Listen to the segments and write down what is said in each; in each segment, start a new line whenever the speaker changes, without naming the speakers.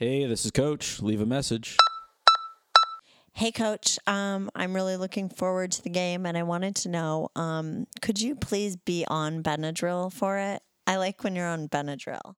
Hey, this is Coach. Leave a message.
Hey, coach. Um, I'm really looking forward to the game, and I wanted to know um, could you please be on Benadryl for it? I like when you're on Benadryl.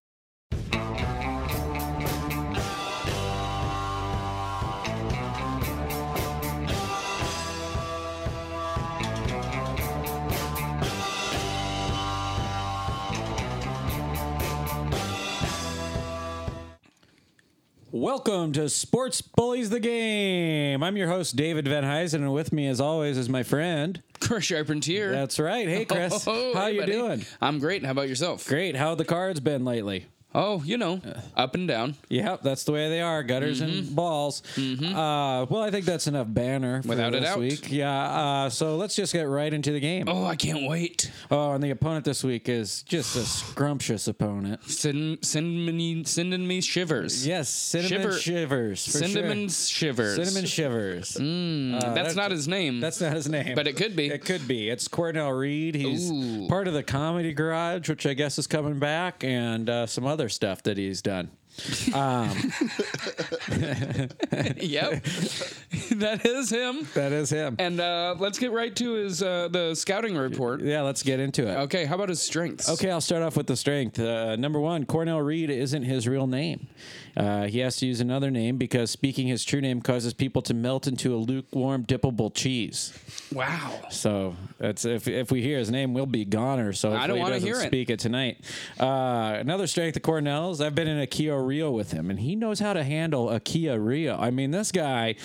Welcome to Sports Bullies the Game. I'm your host, David Van Huysen, and with me, as always, is my friend.
Chris Sharpen's here.
That's right. Hey, Chris. How
hey,
you
buddy.
doing?
Oh, I'm great. How about yourself?
Great. Uh. How the cards been lately?
Oh, you know, up and down.
Yep, that's the way they are. Gutters
Mm-hmm.
and balls. Uh, well, I think that's enough banner for
Without a
this
doubt.
week. Yeah. Uh, so let's just get right into the game.
Oh, I can't wait.
Oh, and the opponent this week is just a scrumptious opponent.
Send send me sending me shivers.
Yes, cinnamon
Shiver-
shivers. For sure.
cinnamon shivers.
cinnamon shivers. Uh,
that's, not his name.
That's not his name,
Mm. But it could be.
It could be. It's Cornell Reed. He's
Ooh.
part of the Comedy Garage, which I guess is coming back, and uh, some other stuff that he's done.
yep. that is him.
That is him.
And uh, let's get right to his uh, the scouting report.
yeah, let's get into it.
Okay, how about his strengths?
Okay, I'll start off with the strength. Uh, number one, Cornell Reed isn't his real name. Uh, he has to use another name because speaking his true name causes people to melt into a lukewarm, dippable cheese.
Wow.
So that's if, if we hear his name, we'll be goner. So
I don't
hopefully
wanna
he doesn't
hear it.
Speak it tonight. Uh, another strength of Cornell's. I've been in a Kia Rio with him, and he knows how to handle a Kia Rio. I mean, this guy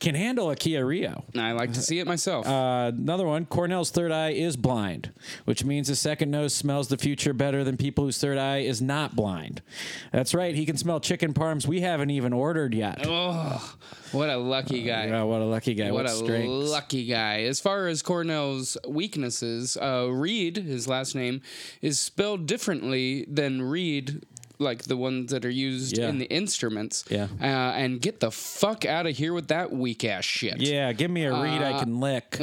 can handle a Kia Rio.
I like to see it myself.
Uh, another one. Cornell's third eye is blind, which means his second nose smells the future better than people whose third eye is not blind. That's right. He can smell chicken parms we haven't even ordered yet.
oh, what a lucky guy.
uh, Yeah, what a lucky guy.
What
What,
a
strengths.
lucky guy. As far as Cornell's weaknesses, uh, Reed, his last name, is spelled differently than Reed, like the ones that are used
Yeah.
in the instruments.
Yeah.
Uh, and get the fuck out of here with that weak ass shit.
yeah, give me a read I can lick.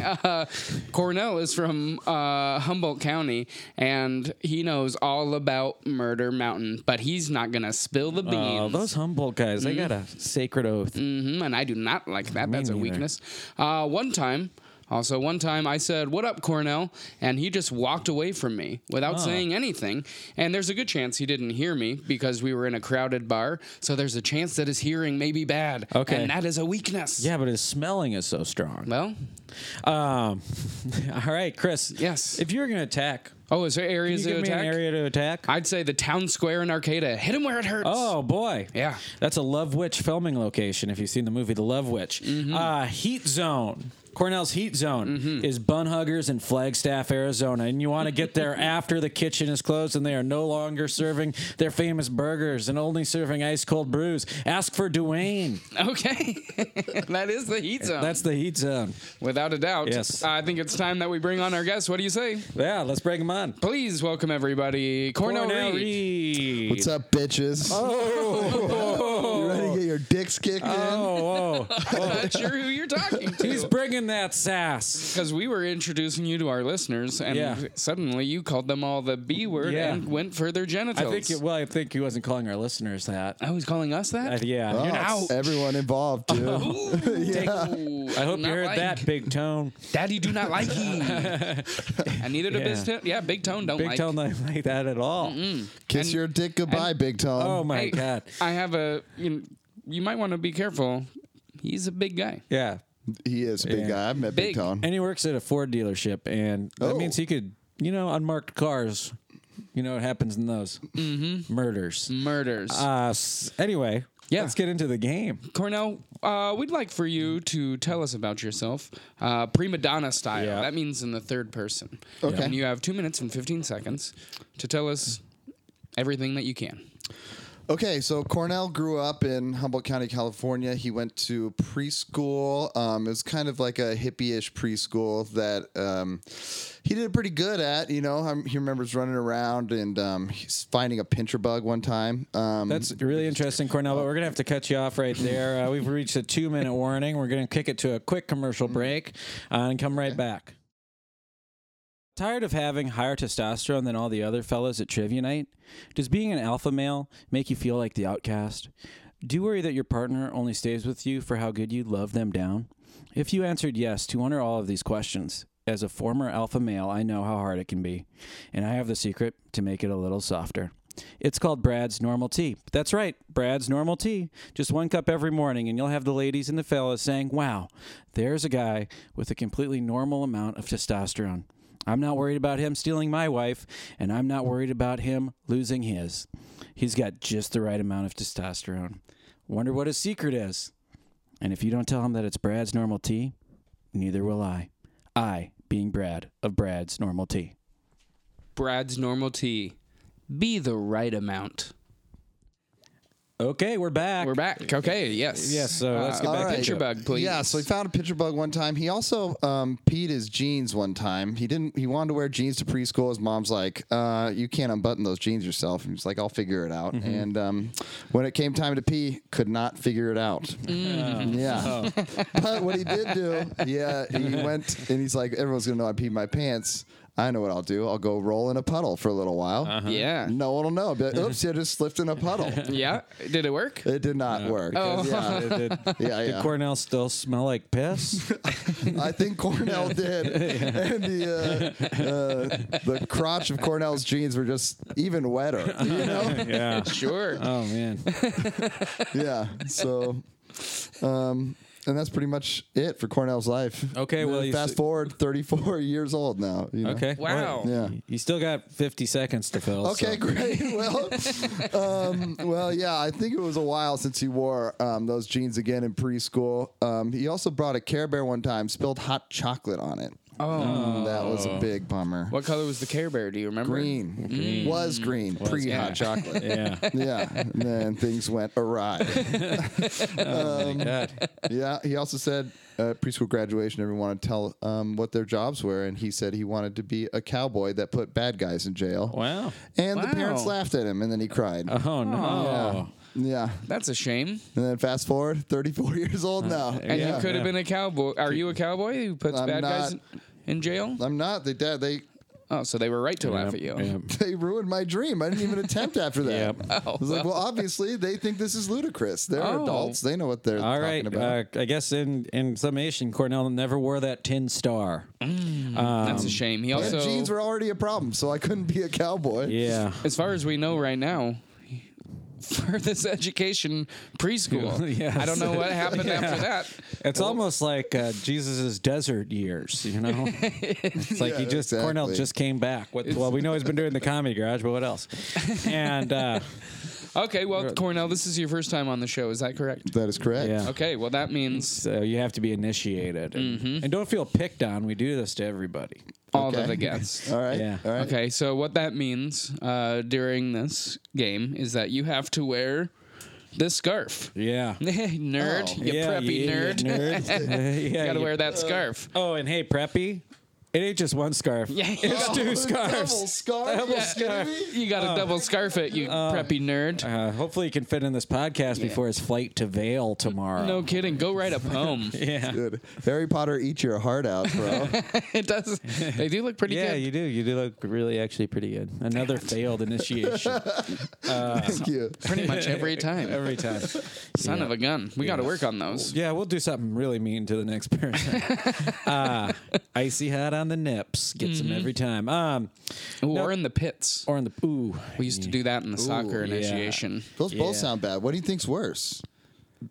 uh, Cornell is from uh, Humboldt County, and he knows all about Murder Mountain, but he's not gonna spill the beans.
Oh, those Humboldt guys, they got a sacred oath.
Mm-hmm. Mm, and I do not like that. That's a
neither.
weakness. Uh, one time, also one time, I said, "What up, Cornell?" and he just walked away from me
Ah.
without saying anything. And there's a good chance he didn't hear me because we were in a crowded bar. So there's a chance that his hearing may be bad.
Okay.
and that is a weakness.
Yeah, but his smelling is so strong.
Well,
Um, all right, Chris.
Yes.
If you were going to attack,
oh, is there
can
areas
you give
of
me
attack?
an area to attack?
I'd say the town square in Arcata. Hit him where it hurts.
Oh boy!
Yeah.
that's a Love Witch filming location. If you've seen the movie The Love Witch,
Mm-hmm.
uh, Heat Zone, Cornell's Heat Zone is bun huggers in Flagstaff, Arizona, and you want to get there after the kitchen is closed and they are no longer serving their famous burgers and only serving ice cold brews. Ask for Duane.
Okay, that is the heat zone.
That's the Heat Zone.
without a doubt.
Yes.
I think it's time that we bring on our guest. What do you say?
Yeah, let's bring them on.
Please welcome everybody, Cornell, Reed.
Reed.
What's up, bitches? Oh. you ready to get your dicks kicked in?
Oh, oh.
Not sure who you're talking
he's
to.
bringing that sass.
Because we were introducing you to our listeners, and
Yeah.
suddenly you called them all the B word
Yeah.
and went for their
I
genitals.
think. It, well, I think he wasn't calling our listeners that.
I was calling us
Uh,
that.
yeah.
Oh,
You're not-
ouch.
everyone involved,
Oh.
dude.
Ooh,
I hope you
not
heard
like.
that big tone.
Daddy, do not like you. and neither did
Yeah.
Big Tone. Yeah, Big Tone don't
Big
like.
tone Oh like, like that at all.
Kiss your dick goodbye, Big Tom.
Oh my
Hey,
god.
I have a. You, know, you might want to be careful. He's a big guy.
Yeah.
He is a big
Yeah.
guy. I've met Big,
Big.
Tom.
And he works at a Ford dealership, and that
Oh.
means he could, you know, unmarked cars. You know what happens in those murders.
Murders.
Uh, s- anyway,
Mm-hmm. Mm. Yeah.
let's get into the game.
Cornell, uh, we'd like for you to tell us about yourself, uh, prima donna style.
Yeah.
That means in the third person.
Okay.
And you have two minutes and 15 seconds to tell us everything that you can.
Okay, so Cornell grew up in Humboldt County, California. He went to preschool. Um, it was kind of like a hippie-ish preschool that um, he did pretty good at. You know, um, he remembers running around and um, he's finding a pincher bug one time. Um,
That's really interesting, Cornell, but we're going to have to cut you off right there. Uh, we've reached a two minute warning. We're going to kick it to a quick commercial break uh, and come right back. tired of having higher testosterone than all the other fellas at trivia night? Does being an alpha male make you feel like the outcast? Do you worry that your partner only stays with you for how good you love them down? If you answered yes to one or all of these questions, as a former alpha male, I know how hard it can be, and I have the secret to make it a little softer. It's called Brad's Normal Tea. That's right, Brad's Normal Tea. Just one cup every morning, and you'll have the ladies and the fellas saying, Wow, there's a guy with a completely normal amount of testosterone. I'm not worried about him stealing my wife, and I'm not worried about him losing his. He's got just the right amount of testosterone. Wonder what his secret is. And if you don't tell him that it's Brad's Normal Tea, neither will I. I, being Brad of Brad's Normal Tea.
Brad's normal tea. Be the right amount.
Okay, we're back.
We're back. Okay. Yes. Uh,
Yes, so let's get
All
back
right.
to
Picture
it.
bug, please.
Yeah, so he found a pitcher bug one time. He also um, peed his jeans one time. He didn't. He wanted to wear jeans to preschool. His mom's like, uh, "You can't unbutton those jeans yourself." And he's like, "I'll figure it out."
Mm-hmm.
And um, when it came time to pee, could not figure it out. Yeah, but what he did do, yeah, he went and he's like, "Everyone's gonna know I peed my pants." I know what I'll do. I'll go roll in a puddle for a little while.
Yeah.
No one will know. I'll be like, Oops, you just slipped in a puddle.
Uh-huh. Yeah. Did it work?
It did not work.
Oh.
Yeah,
Did, did,
yeah,
did
yeah.
Cornell still smell like piss?
I think Cornell did, and the uh, uh, the crotch of Cornell's jeans were just even wetter. You know?
yeah.
Sure.
Oh man.
yeah. So, um, and that's pretty much it for Cornell's life.
Okay,
And
well,
then
you
fast
s-
forward, thirty-four years old now. you know?
Okay.
Wow.
Well,
Yeah.
You still got 50 seconds to fill.
Okay,
so-
great. Well, um, well, yeah. I think it was a while since he wore um, those jeans again in preschool. Um, he also brought a Care Bear one time, spilled hot chocolate on it. Oh, that was a big bummer.
What color was the Care Bear? Do you remember?
green. Was green. Pre
yeah.
hot chocolate. yeah.
Yeah.
And then things went awry. Um,
God.
yeah. He also said uh, preschool graduation, everyone wanted to tell um, what their jobs were. And he said he wanted to be a cowboy that put bad guys in jail.
Wow.
And the parents
Wow.
laughed at him. And then he cried.
Oh no.
Yeah.
That's a shame.
And then fast forward, 34 years old now.
And
Yeah.
you could have
Yeah.
been a cowboy. Are you a cowboy who puts
I'm
bad guys in,
not.
in jail?
I'm not. They, dad, they,
Oh, so they were right to laugh at
Yep,
you.
yep.
they ruined my dream. I didn't even attempt after
Yep.
that. I was like, well, obviously, they think this is ludicrous. They're
Oh.
adults. They know what they're
All
talking
right.
about.
Uh, I guess in in summation, Cornell never wore that tin star.
That's a
Um,
shame. He
And
also,
jeans were already a problem, so I couldn't be a cowboy.
Yeah.
as far as we know right now, for this education preschool.
Yes.
I don't know what happened after that.
It's almost like uh, Jesus's desert years, you know. it's like he
Yeah,
just Cornell
exactly.
just came back. What, well, we know he's been doing the comedy garage, but what else? And uh,
Okay, well, Cornell, this is your first time on the show. Is that correct?
That is correct.
yeah.
Okay, well, that means
So you have to be initiated, and,
Mm-hmm.
and don't feel picked on. We do this to everybody.
all
Okay.
of the guests.
All right.
Yeah.
All right.
Okay, so what that means uh, during this game is that you have to wear this scarf.
Yeah.
nerd,
Oh.
you
yeah,
preppy
you idiot
nerd.
nerd. yeah,
You gotta
you-
wear that scarf.
Oh, and hey, preppy, it ain't just one scarf.
Yeah.
it's
Oh,
two
Double
scarves.
scarf.
Double
you
scarf.
kidding me?
You gotta double scarf it, you preppy nerd.
Uh, hopefully, you can fit in this podcast before his flight to Vale tomorrow.
No kidding. Go write a poem.
Yeah.
Dude, Harry Potter, eat your heart out, bro.
it does. They do look pretty
Yeah,
good.
you do. You do look really, actually, pretty good. Another failed initiation
Thank you.
pretty much every time.
every time.
Son of a gun. We gotta work on those.
Yeah, we'll do something really mean to the next person. uh, icy hot on the nips gets
Mm-hmm.
them every time. Um,
Ooh, Or in the pits.
or in the ooh.
We used to do that in the soccer
yeah.
initiation.
Those both
Yeah.
sound bad. What do you think's worse?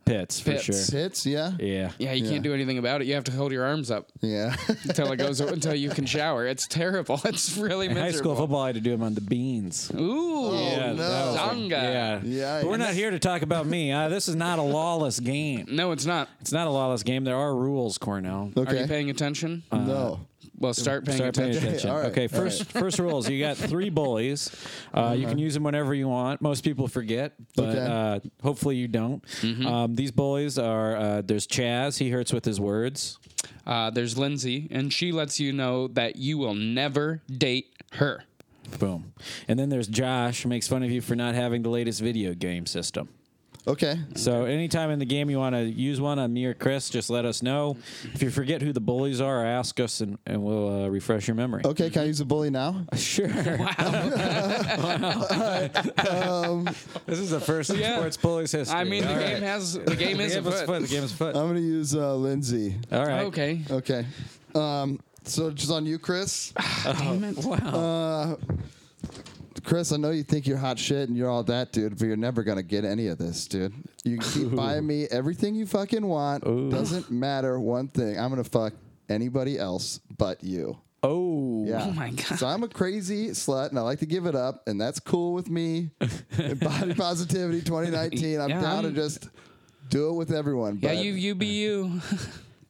pits for
Pits.
sure.
Tits? Yeah.
Yeah.
Yeah, you can't do anything about it. You have to hold your arms up
Yeah.
until it goes until you can shower. It's terrible. It's really
In
miserable. Oh,
high school Oh. football, I had to do them on the beans.
Ooh,
Yeah, no. that was like-
Zanga.
Yeah.
Yeah,
But we're
yeah.
not here to talk about me. Uh, this is not a lawless game.
No, it's not.
It's not a lawless game. There are rules, Cornell.
Okay.
Are you paying attention?
no.
well, start paying
Uh, Start paying
attention.
attention.
all right,
okay,
all
first first rules. You got three bullies. Uh, You can use them whenever you want. Most people forget, but
Okay.
uh, hopefully you don't. Um, these bullies are uh, there's Chaz. He hurts with his words.
Uh, there's Lindsay, and she lets you know that you will never date her.
Boom. And then there's Josh. Makes fun of you for not having the latest video game system.
Okay.
So anytime in the game you want to use one on me or Chris, just let us know. If you forget who the bullies are, ask us and, and we'll uh, refresh your memory.
Okay, can I use a bully now?
Sure. this is the first in
Yeah.
sports bullies history.
I mean, the
All right.
game has the game is
The
a
game is
foot.
The game is foot.
I'm going to use uh, Lindsay.
All right.
Okay.
Okay. Um, so just on you, Chris.
Damn it.
Oh, Wow.
Chris, I know you think you're hot shit and you're all that, dude, but you're never gonna get any of this, dude. You can keep buying me everything you fucking want. Doesn't matter one thing. I'm gonna fuck anybody else but you.
oh.
Yeah.
Oh my God.
So I'm a crazy slut and I like to give it up, and that's cool with me. And Body positivity 2019. I'm
Yeah, I'm-
down to just do it with everyone,
Yeah,
but,
you you be you.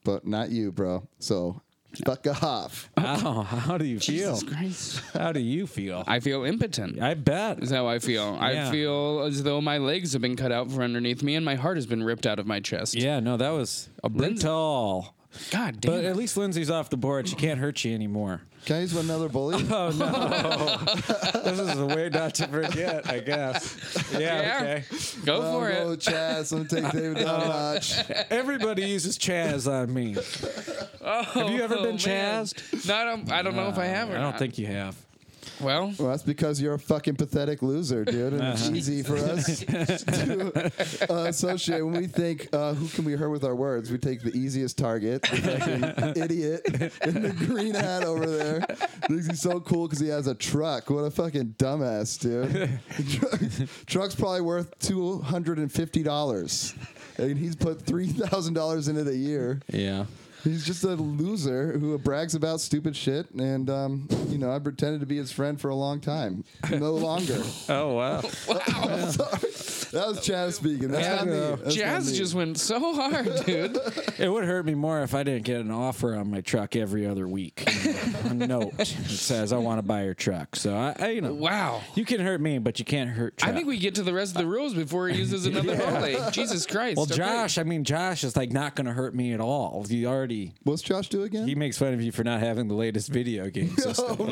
but not you, bro. So fuck off.
Ow, how do you feel?
Jesus Christ.
How do you feel?
I feel impotent.
I bet.
Is how I feel.
Yeah.
I feel as though my legs have been cut out from underneath me and my heart has been ripped out of my chest.
Yeah, no, that was a brutal.
God damn.
But
it.
at least Lindsay's off the board. She can't hurt you anymore.
Can I use another bully?
Oh no! this is the way not to forget, I guess. Yeah.
Yeah.
Okay.
Go
Oh,
for
no,
it.
Chaz. I'm gonna take David down a notch.
Everybody uses Chaz on me. have you ever
Oh,
been
man.
Chazed?
No, I don't, I don't know if I have or
I don't
not.
think you have.
Well,
Well, that's because you're a fucking pathetic loser, dude. And it's easy for us to uh, associate. When we think, uh, who can we hurt with our words? We take the easiest target, the fucking idiot in the green hat over there. Thinks he's so cool because he has a truck. What a fucking dumbass, dude. Truck- Truck's probably worth $250. And he's put $3,000 in it a year.
Yeah.
He's just a loser who brags about stupid shit, and um, you know I pretended to be his friend for a long time. No longer.
Oh wow.
that was Chaz speaking. That's not me. That's not
Jazz
me.
just went so hard, dude.
it would hurt me more if I didn't get an offer on my truck every other week. you know, a note that says I want to buy your truck. So I, I you know.
Wow.
You can hurt me, but you can't hurt. Chuck.
I think we get to the rest of the rules before he uses another volley. Jesus Christ.
Well,
okay.
Josh, I mean, Josh is like not going to hurt me at all. He already
What's Josh do again?
he makes fun of you for not having the latest video game system.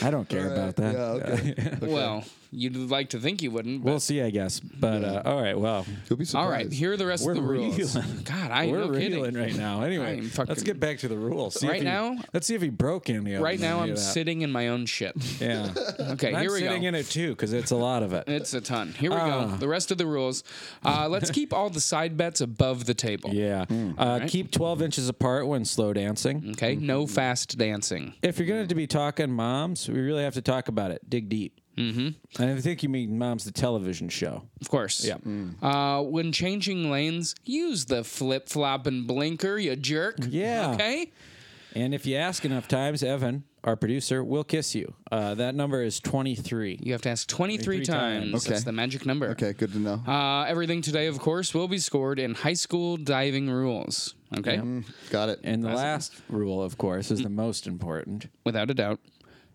I don't care about that.
Yeah. Okay.
Well, you'd like to think you wouldn't. But
We'll see, I guess. But uh, all right, well,
You'll be surprised.
all right, here are the rest
We're
of the rules.
reeling.
God, I
we're
no kidding.
reeling right now. Anyway,
I'm fucking-
let's get back to the rules. See if
Right
he-
now-
let's see if he broke any of them.
Right now,
Do
I'm
that.
sitting in my own shit.
Yeah,
Okay,
And I'm
here we go.
sitting in it too because it's a lot of it.
It's a ton. Here we
Ah.
go. The rest of the rules. Uh, let's keep all the side bets above the table.
Yeah,
Hmm,
uh, keep 12 inches apart when slow dancing.
Okay. No
Mm-hmm.
fast dancing.
If you're going to be talking moms, we really have to talk about it. Dig deep. Mm-hmm. And I think you mean moms, the television show.
Of course.
Yeah.
Mm.
Uh, when changing lanes, use the flip flop and blinker, you jerk.
Yeah.
Okay.
And if you ask enough times, Evan, our producer, will kiss you. Uh, that number is 23.
You have to ask
23
23 times.
times.
That's
Okay.
the magic number.
Okay. Good to know.
Uh, everything today, of course, will be scored in high school diving rules. Okay.
Got it.
And the last rule, of course, is the most important.
Without a doubt.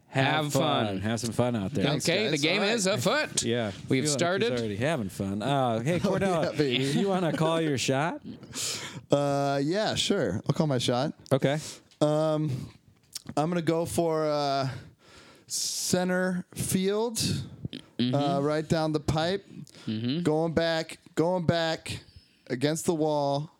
Have fun.
Have some fun out there.
Thanks,
okay.
guys.
The game
All right.
is afoot.
Yeah.
We've
Feel like
started.
He's already having fun. Uh, hey, Cordell,
Oh, baby.
you want to call your shot?
Uh, yeah. Sure. I'll call my shot.
Okay.
Um, I'm gonna go for uh, center field, uh, right down the pipe, going back, going back against the wall.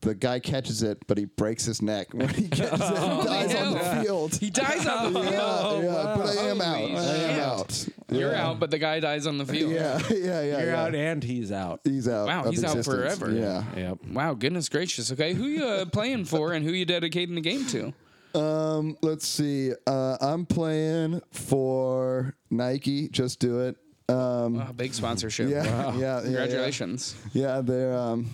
The guy catches it, but he breaks his neck when he catches it. He dies on the
hell.
field.
He dies on the field.
yeah, yeah, but I am out.
Oh, Holy
I am
shit.
out.
You're
Yeah.
out, but the guy dies on the field.
Yeah, yeah, yeah.
You're
yeah.
out and he's out.
He's out.
Wow,
of
he's out
existence.
forever.
Yeah.
Yep.
Wow, goodness gracious. Okay, who you uh, playing for and who you dedicating the game to?
Um, let's see. Uh, I'm playing for Nike. Just do it. Um,
Wow, big sponsorship.
yeah, yeah, yeah,
Congratulations.
Yeah, they're. Um,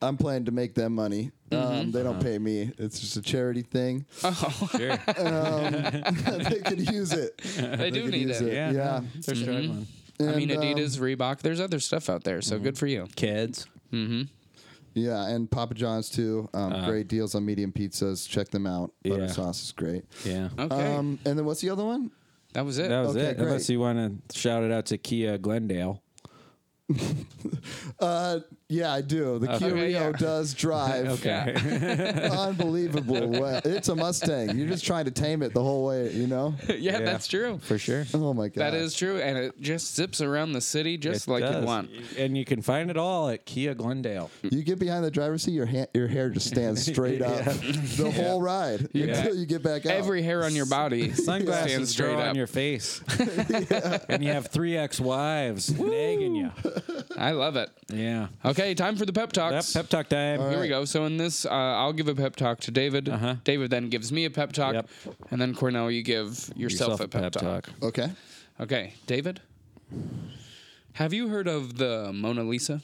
I'm planning to make them money.
Mm-hmm.
Um, they
Uh-huh.
don't pay me. It's just a charity thing.
Oh,
Sure.
they could use it.
They do
could
need
use
it.
Yeah.
Yeah.
no, They're struggling.
And,
I mean,
um,
Adidas, Reebok, there's other stuff out there, so good for you.
Kids.
yeah, and Papa John's too. Um,
Uh-huh.
great deals on medium pizzas. Check them out. Butter
Yeah.
sauce is great.
Yeah.
Okay,
Um, and then what's the other one?
that was it.
That was
okay,
it.
great.
Unless you want to shout it out to Kia Glendale.
Uh, Yeah, I do. The Curio
yeah.
does drive
Okay.
unbelievable well. It's a Mustang. You're just trying to tame it the whole way, you know?
yeah, that's true.
For sure.
Oh my god.
That is true, and it just zips around the city just
It
like
does.
you want. Mm-hmm.
And you can find it all at Kia Glendale.
You get behind the driver's seat, your ha- your hair just stands straight up the whole ride until you get back out.
Every hair on your body stands
Sunglasses
straight
draw
up.
on your face. And you have three ex wives nagging you.
I love it.
Yeah.
Okay, time for the pep
That
talks.
pep talk time.
Here we go. So in this, uh, I'll give a pep talk to David.
Uh-huh.
David then gives me a pep talk,
Yep.
and then Cornell, you give yourself, a pep, talk.
okay.
Okay, David. Have you heard of the Mona Lisa?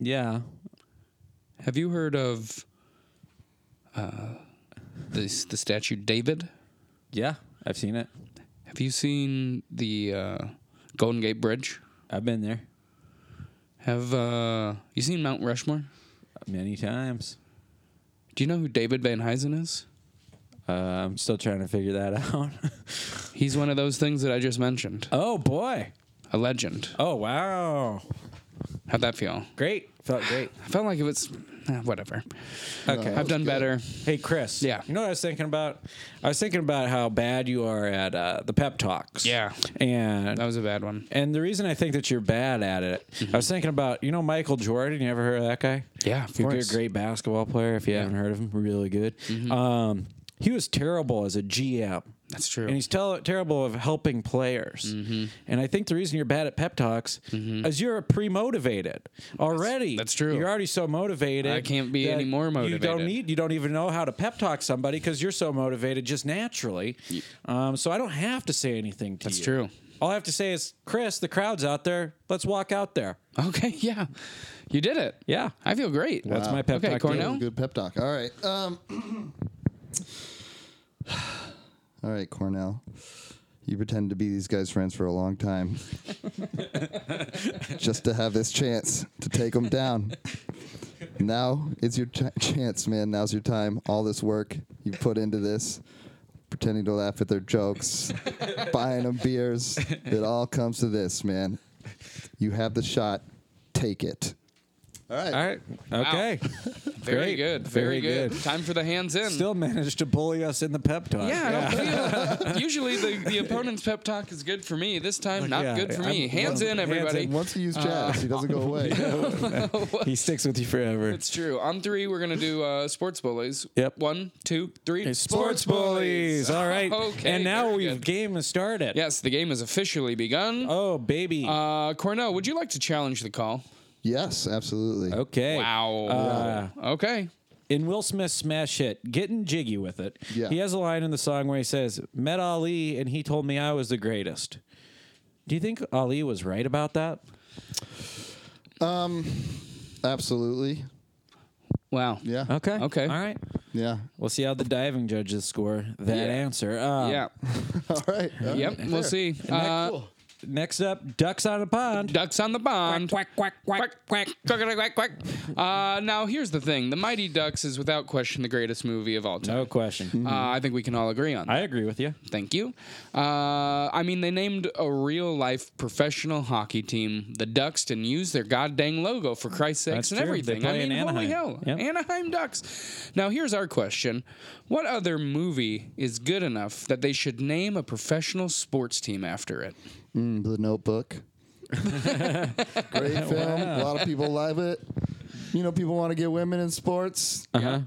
Yeah.
Have you heard of uh, the the statue David?
Yeah. I've seen it.
Have you seen the uh, Golden Gate Bridge?
I've been there
Have uh, you seen Mount Rushmore?
many times.
Do you know who David Van Huysen is?
Uh, I'm still trying to figure that out.
He's one of those things that I just mentioned.
oh, boy.
A legend.
Oh, wow.
How'd that feel?
Great. Felt great.
I felt like it was eh, whatever.
Okay.
I've done better.
Hey, Chris.
Yeah.
You know what I was thinking about? I was thinking about how bad you are at uh, the pep talks.
Yeah.
And
That was a bad one.
And the reason I think that you're bad at it, I was thinking about you know Michael Jordan. You ever heard of that guy?
Yeah, of
He'd be a
course. Mm-hmm.
great basketball player if you haven't heard of him. Really good. Um, he was terrible as a GM.
That's true. Mm-hmm.
And he's tel- terrible of helping players. And I think the reason you're bad at pep talks is you're pre-motivated already.
that's true.
You're already so motivated.
I can't be
that
any more
You don't
motivated.
need. You don't even know how to pep talk somebody because you're so motivated just naturally. Um, so I don't have to say anything to
That's
you.
true.
All I have to say is, Chris, the crowd's out there. Let's walk out there.
Okay, yeah. You did it.
Yeah.
I feel great.
That's my pep
Okay,
talk.
Cornell?
David.
Good pep talk. All right. Um, all right, Cornell. You pretend to be these guys' friends for a long time just to have this chance to take them down. Now it's your ch- chance, man. Now's your time. All this work you put into this, pretending to laugh at their jokes, buying them beers. It all comes to this, man. You have the shot. Take it. All right.
All right. Okay.
Very
Great.
good.
Very
Very, good.
good.
Time for the hands in.
Still managed to bully us in the pep talk.
yeah, I don't feel. Usually the, the opponent's pep talk is good for me. This time, not
yeah,
good for
I'm-
me. hands in,
hands
everybody.
in.
Once he
Uh,
used jazz, he doesn't go away.
he sticks with you forever.
It's true. On three, we're gonna do uh, sports bullies.
Yep.
One, two, three.
It's sports bullies. All right.
Okay,
And now
very
we've
good.
game has started.
Yes, the game has officially begun.
Oh baby.
Uh, Cornell, would you like to challenge the call?
Yes, absolutely.
Oh.
okay.
Wow.
Uh,
okay.
in Will Smith's Smash Hit, getting jiggy with it,
Yeah.
he has a line in the song where he says, Met Ali and he told me I was the greatest. Do you think Ali was right about that?
Absolutely.
Wow.
Yeah.
Okay.
Okay.
All right.
Yeah.
We'll see how the diving judges score that answer. Um,
Yeah.
All right. All
Yep.
right.
We'll see. Uh,
Next up, ducks on a pond.
Ducks on the pond.
Quack, quack, quack,
quack, quack, quack, quack. Uh, now, here's the thing The Mighty Ducks is without question the greatest movie of all time.
No question.
Uh, I think we can all agree on that.
I agree with you.
Thank you. Uh, I mean, they named a real life professional hockey team the Ducks and used their goddamn logo for Christ's sakes
That's
and
true. They
everything. I
play in
mean, holy
Anaheim.
hell.
Yep.
Anaheim Ducks. Now, here's our question What other movie is good enough that they should name a professional sports team after it?
Mm, the Notebook. Great film. A lot of people love it. You know, people want to get women in sports
Uh-huh.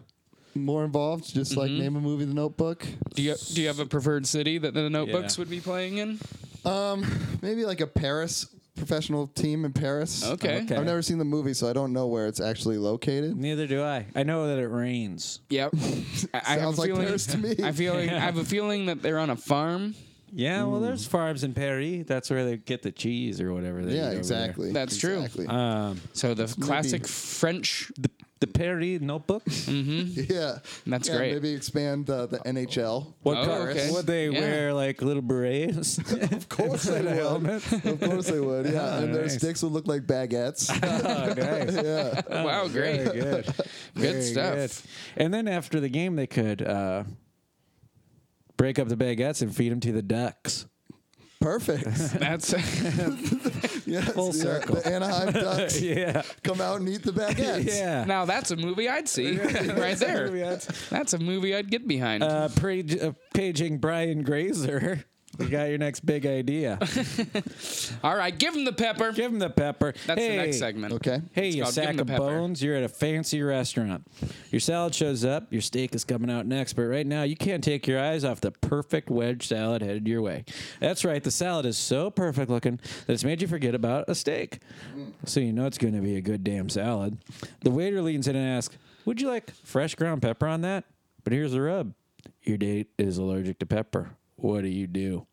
more involved. Just like
Mm-hmm.
name a movie, The Notebook.
Do you, do you have a preferred city that the notebooks
Yeah.
would be playing in?
Um, Maybe like a Paris professional team in Paris.
Okay.
Okay.
I've never seen the movie, so I don't know where it's actually located.
Neither do I. I know that it rains.
Yep. I, I have a
Sounds like
feeling.
Paris to me.
I feel like, I have a feeling that they're on a farm.
Yeah, well, there's farms in Paris. That's where they get the cheese or whatever. They eat
Mm. yeah,
over there.
exactly.
That's true.
exactly.
Um,
So the classic French
the, the Paris notebook.
Mm.
yeah.
That's
Yeah,
great.
Maybe expand uh, the NHL.
What
Oh,
color?
okay.
What they
Yeah.
wear like little berets? Oh,
Of course they would. Of course they would. Yeah, and their
nice.
sticks would look like baguettes.
oh, nice. Oh,
wow, great.
Very good. Very
stuff.
And then after the game, they could uh, break up the baguettes and feed them to the ducks.
Perfect.
That's
Yes,
Full
yeah,
circle.
The Anaheim Ducks
yeah.
come out and eat the baguettes.
Yeah.
now that's a movie I'd see right
movie
there.
I'd-
That's a movie I'd get behind.
uh, page, uh, paging Brian Grazer. You got your next big idea.
All right, give him the pepper.
Give him the pepper.
That's
hey,
the next segment.
Okay.
Hey,
It's
you
called Give 'em
sack
the
of
pepper.
bones. You're at a fancy restaurant. Your salad shows up. Your steak is coming out next. But right now, you can't take your eyes off the perfect wedge salad headed your way. That's right. The salad is so perfect looking that it's made you forget about a steak. So you know it's going to be a good damn salad. The waiter leans in and asks, Would you like fresh ground pepper on that? But here's the rub your date is allergic to pepper. What do you do?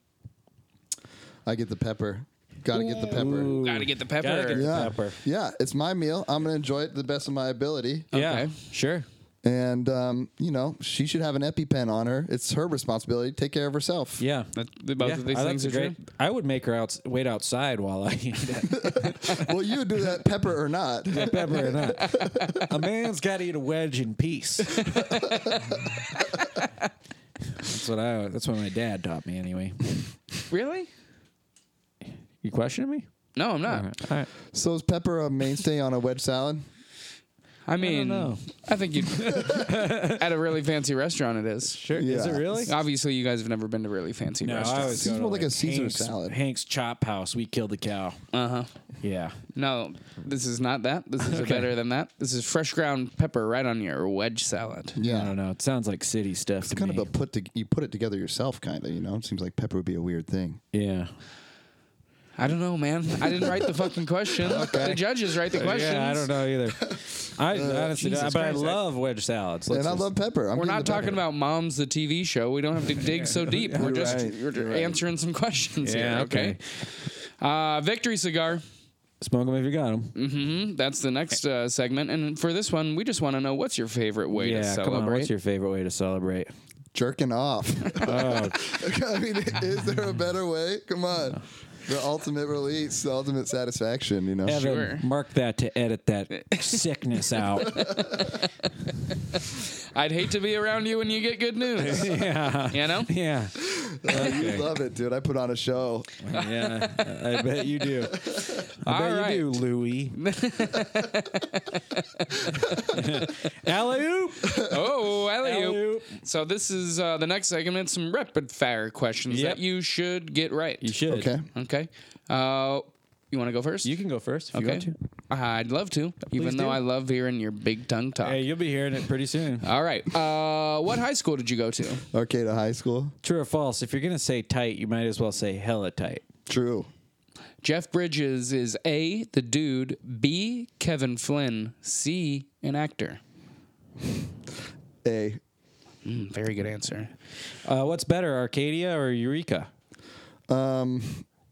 I get the pepper. Got to get the pepper.
Gotta get the pepper.
Gotta get the
Yeah.
pepper.
Yeah, it's my meal. I'm gonna enjoy it to the best of my ability.
Yeah,
Okay.
sure.
And um, you know, she should have an EpiPen on her. It's her responsibility to take care of herself.
Yeah.
That- the- both of these
I-
things
that's
are
a
true?
I would make her out, wait outside while I eat that
well, you would do that, pepper or not.
pepper or not. A man's got to eat a wedge in peace. that's what I. That's what my dad taught me. Anyway,
Really?
you questioning me?
No, I'm
All
not.
right. All right.
So is pepper a mainstay on a wedge salad?
I mean, I,
know.
think you at a really fancy restaurant it is.
Sure. Is
Yeah.
it really?
Obviously, you guys have never been to really fancy
No, I
restaurants.
always go
This is
to
more like a Caesar
Hank's,
salad.
Hank's Chop House. We killed the cow.
Uh huh.
Yeah.
No, this is not that. This is better than that. This is fresh ground pepper right on your wedge salad.
Yeah.
I don't know. It sounds like city stuff to
Kind
me.
of a put to, you put it together yourself, kind of. You know, it seems like pepper would be a weird thing.
yeah.
I don't know, man. I didn't write the fucking question. The judges write the questions.
Yeah, I don't know either. I honestly,
Jesus
but I
Christ, I-
love wedge salads.
Uh, and
Let's
I
just-
love pepper. I'm
We're
getting
not
the
talking
pepper.
about Mom's the TV show. We don't have to dig so deep. We're just
right.
we're just answering some questions
Yeah,
here. Okay. Uh, victory cigar.
Smoke them if you got them.
Mm, That's the next uh, segment, and for this one, we just want to know what's your favorite way to
Yeah, come
celebrate.
on. What's your favorite way to celebrate?
jerking off.
Oh,
I mean, is there a better way? Come on. The ultimate release, the ultimate satisfaction, you know?
Evan,
Sure.
mark that to edit that sickness out.
I'd hate to be around you when you get good news.
yeah.
you know.
Yeah.
You love it, dude. I put on a show.
Yeah. I bet you do. I bet
All right.
you do, Louie. Alley oop.
Oh, alley
Alley-oop.
So this is uh, the next segment. Some rapid fire questions
Yep.
that you should get right.
You should.
Okay.
Okay. Uh, you want to go first?
You can go first if you
okay.
want to.
I'd love to, even though
do.
I love hearing your big tongue talk.
Hey, you'll be hearing it pretty soon.
All right. Uh, what high school did you go to?
Arcata High School.
True or false? If you're gonna say tight, you might as well say hella tight.
True.
Jeff Bridges is A, the dude, B, Kevin Flynn, C, an actor.
A.
Mm, very good answer.
Uh, what's better, Arcadia or Eureka?
Um,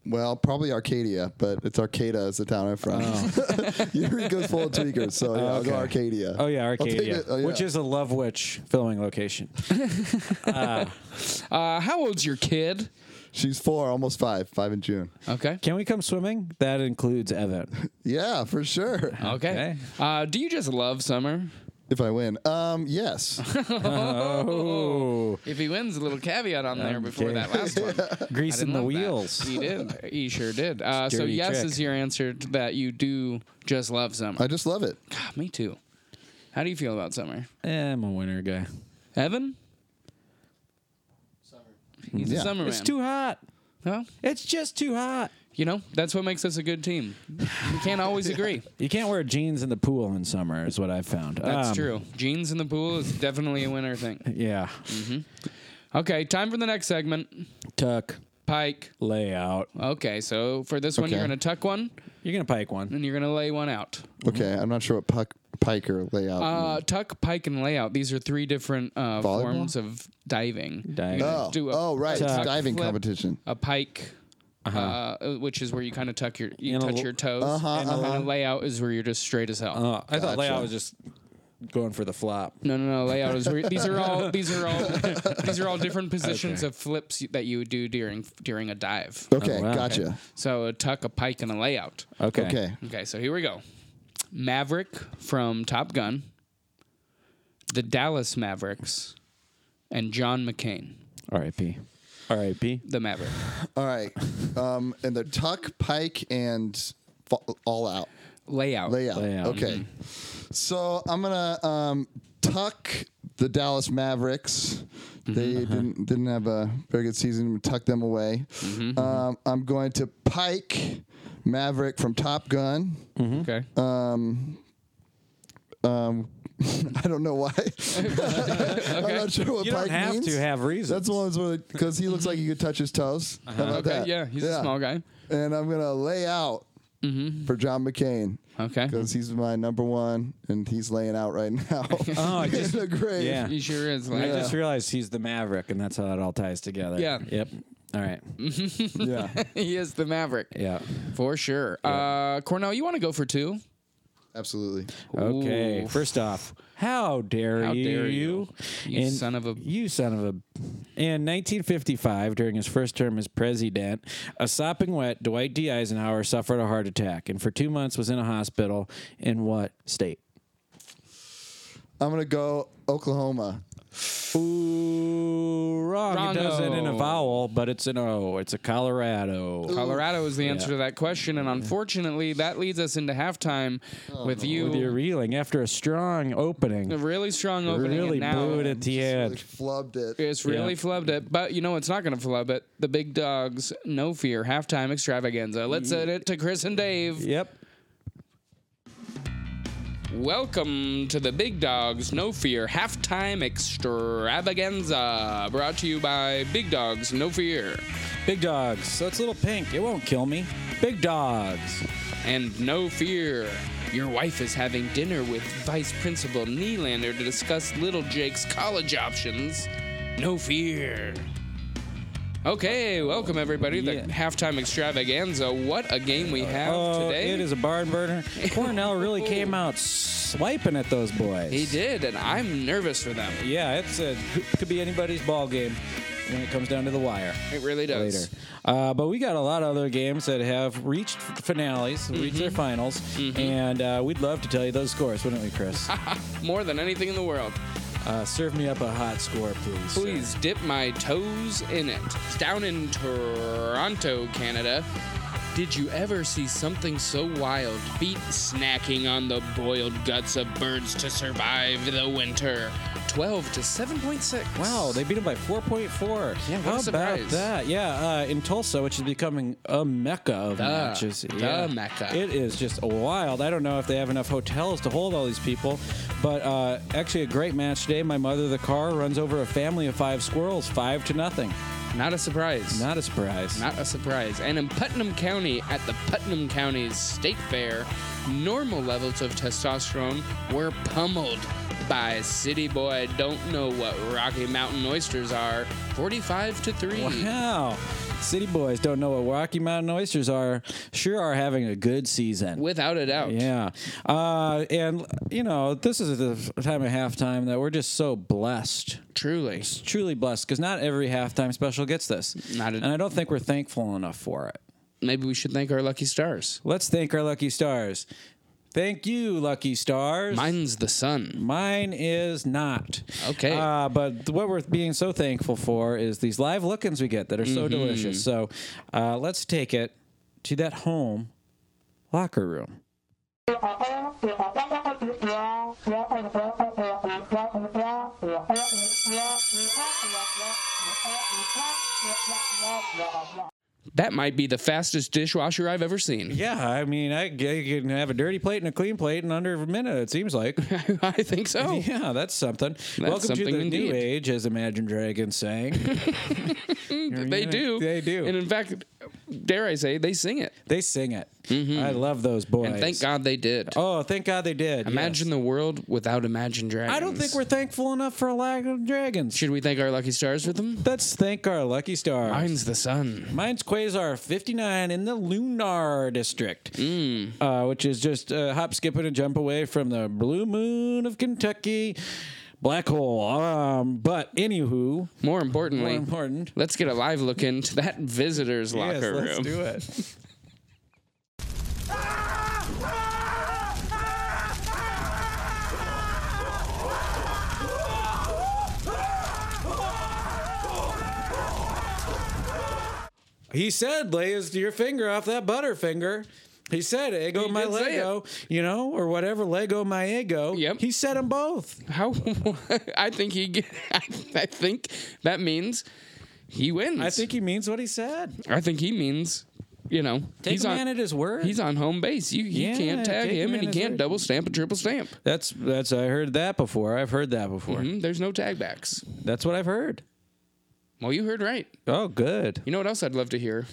well, probably Arcadia, but it's Arcata is the town I'm from. Eureka's full of tweakers, so yeah, I'll go
Oh. okay.
Arcadia.
Oh yeah,
I'll take
Arcadia,
it. Oh, yeah.
which is a Love Witch filming location.
Uh, how old's your kid?
she's four, almost five, five in June.
Okay.
Can we come swimming? That includes Evan.
Yeah, for sure.
Okay.
Okay.
Uh, do you just love summer?
If I win, um, yes,
Oh,
If he wins, a little caveat on there before
Okay.
that last one. I
greasing
didn't
the
love that.
wheels.
He did. He sure did. Uh, so
dirty
yes
trick. Uh,
is your answer to that you do just love summer.
I just love it.
God, me too. How do you feel about summer?
Eh, I'm a winner guy.
Evan? Summer. He's
Yeah.
a summer man.
It's too hot.
Well,
It's just too hot.
you know, that's what makes us a good team. We can't always agree.
You can't wear jeans in the pool in summer, is what I've found.
That's
Um,
true. Jeans in the pool is definitely a winner thing.
Yeah.
Okay, time for the next segment.
Tuck,
Pike.
layout.
Okay, so for this one, you're
Okay.
going to tuck one
You're going to pike one.
and you're going to lay one out.
Okay, I'm not sure what puck, piker layout.
Uh, tuck, pike, and layout. These are three different uh,
Volleyball?
forms of diving.
Diving.
You're gonna
oh,
do a-
oh, right, it's
Tuck
a diving
flip.
competition.
a pike, uh which is where you kind of tuck your, you
And Uh-huh. a
touch
l-
your toes,
Uh-huh,
and a layout is where you're just straight as hell.
Oh, I thought
Gotcha.
layout was just going for the flop.
No, no, no. Layout is where these are all these are all these are all different positions of flips y- that you would do during during a dive.
Okay,
Oh, wow.
gotcha.
So a tuck, a pike, and a layout.
Okay.
Okay,
Okay, so here we go. Maverick from Top Gun, the Dallas Mavericks, and John McCain.
R.I.P. R.I.P.
the Maverick.
All right. Um, and they're Tuck, Pike, and fa- All Out.
Layout.
Layout.
Layout.
Okay. So I'm gonna um, tuck the Dallas Mavericks. They didn't didn't have a very good season. Tuck them away. Um, I'm going to Pike Maverick from Top Gun.
Okay.
Uh, I don't know why. I'm not sure what
You
Pike
don't have
means.
to have reasons.
That's one where because he looks like he could touch his toes.
Uh-huh.
How about
okay.
that?
Yeah, he's a small guy. Mm-hmm.
And I'm gonna lay out for John McCain.
Okay.
Because he's my number one, and he's laying out right now.
Oh, I just-
in the grave.
yeah.
He sure is.
I
Like,
just realized he's the Maverick, and that's how it all ties together.
Yeah.
Yep. All right.
yeah.
he is the Maverick.
Yeah.
For sure. Uh, Cornell, you want to go for two?
Absolutely.
Okay.
Ooh.
First off, how dare
How
you?
dare you. You son of a-
You son of a. In 1955, during his first term as president, a sopping wet Dwight D. Eisenhower suffered a heart attack and for two months was in a hospital in what state?
I'm gonna go Oklahoma.
Ooh, wrong. It
Wrongo.
doesn't in a vowel, but it's an O. It's a Colorado.
Colorado is the answer to that question, and unfortunately, that leads us into halftime
Oh,
with you.
You're reeling after a strong
a
opening.
really strong opening.
Really
and now
blew it at the
Really
end.
flubbed it.
It's really
Yeah.
flubbed it, but you know it's not going to flub it. The big dogs, no fear, halftime extravaganza. Let's send it to Chris and Dave.
Yep.
Welcome to the Big Dogs No Fear halftime extravaganza, brought to you by Big Dogs No Fear
Big dogs. So it's a little pink. It won't kill me. Big dogs.
and No Fear. Your wife is having dinner with Vice Principal Nylander to discuss little Jake's college options. No fear. Okay, welcome everybody. The
Yeah.
halftime extravaganza. What a game we have
Oh,
today.
it is a barn burner. Cornell really came out swiping at those boys.
he did, and I'm nervous for them.
Yeah, it's a could be anybody's ball game when it comes down to the wire.
It really
later.
does.
Uh, but we got a lot of other games that have reached f- finales,
Mm-hmm.
reached their finals, and uh, we'd love to tell you those scores, wouldn't we, Chris?
More than anything in the world.
uh, serve me up a hot score, please. sir.
Please dip my toes in it. It's down in Toronto, Canada. Did you ever see something so wild? Beat snacking on the boiled guts of birds to survive the winter. 12 to 7.6.
Wow, they beat him by 4.4.
Yeah, what a
How about
surprise.
that? Yeah, uh, in Tulsa, which is becoming a mecca of matches.
the
yeah.
mecca.
It is just wild. I don't know if they have enough hotels to hold all these people, but uh, actually a great match today. My mother, the car, runs over a family of five squirrels, five to nothing.
Not a surprise.
Not a surprise.
Not a surprise. And in Putnam County, at the Putnam County's State Fair, normal levels of testosterone were pummeled by City Boy Don't Know What Rocky Mountain Oysters Are 45 to 3.
wow. City boys don't know what Rocky Mountain oysters are. Sure are having a good season.
Without a doubt.
Yeah. Uh, and, you know, this is the time of halftime that we're just so blessed,
Truly.
truly blessed, because not every halftime special gets this.
Not a-
and I don't think we're thankful enough for it.
Maybe we should thank our lucky stars.
Let's thank our lucky stars. Thank you, lucky stars.
Mine's the sun.
Mine is not.
Okay.
Uh, but what we're being so thankful for is these live look-ins we get that are
Mm-hmm.
so delicious. So uh, let's take it to that home locker room.
That might be the fastest dishwasher I've ever seen.
Yeah, I mean, I, g- I can have a dirty plate and a clean plate in under a minute. It seems like.
I think so.
Yeah, that's something. Welcome
something
to the
indeed.
new age, as Imagine Dragons sang.
They do.
They do.
And in fact, dare I say, they sing it.
they sing it. I love those boys.
Mm-hmm. And thank God they did.
Oh, thank God they did.
Imagine the world without Imagine Dragons.
I don't think we're thankful enough for Imagine Dragons.
Should we thank our lucky stars for them?
Let's thank our lucky stars.
Mine's the sun.
Mine's Quasar 59 in the Lunar District,
Mm.
uh, which is just a hop, skip, and a jump away from the blue moon of Kentucky black hole. Um, but anywho,
More importantly,
more important.
let's get a live look into that visitor's
Yes,
locker
let's
room.
do it. He said, "Lay his, your finger off that butterfinger." He said, "Ego
He
my
did say
Lego," you know, or whatever, "Lego my ego."
Yep.
He said them both.
How? I think he. Get, I, I think that means he wins.
I think he means what he said.
I think he means, you know,
Take
he's
a
on.
man at his word.
He's on home base. You, you
Yeah,
can't tag
take a
him,
man
and he
at his
can't
word.
double stamp a triple stamp.
that's that's I heard that before. I've heard that before.
Hmm, There's no tag backs.
That's what I've heard.
Well, you heard right.
Oh, good.
You know what else I'd love to hear?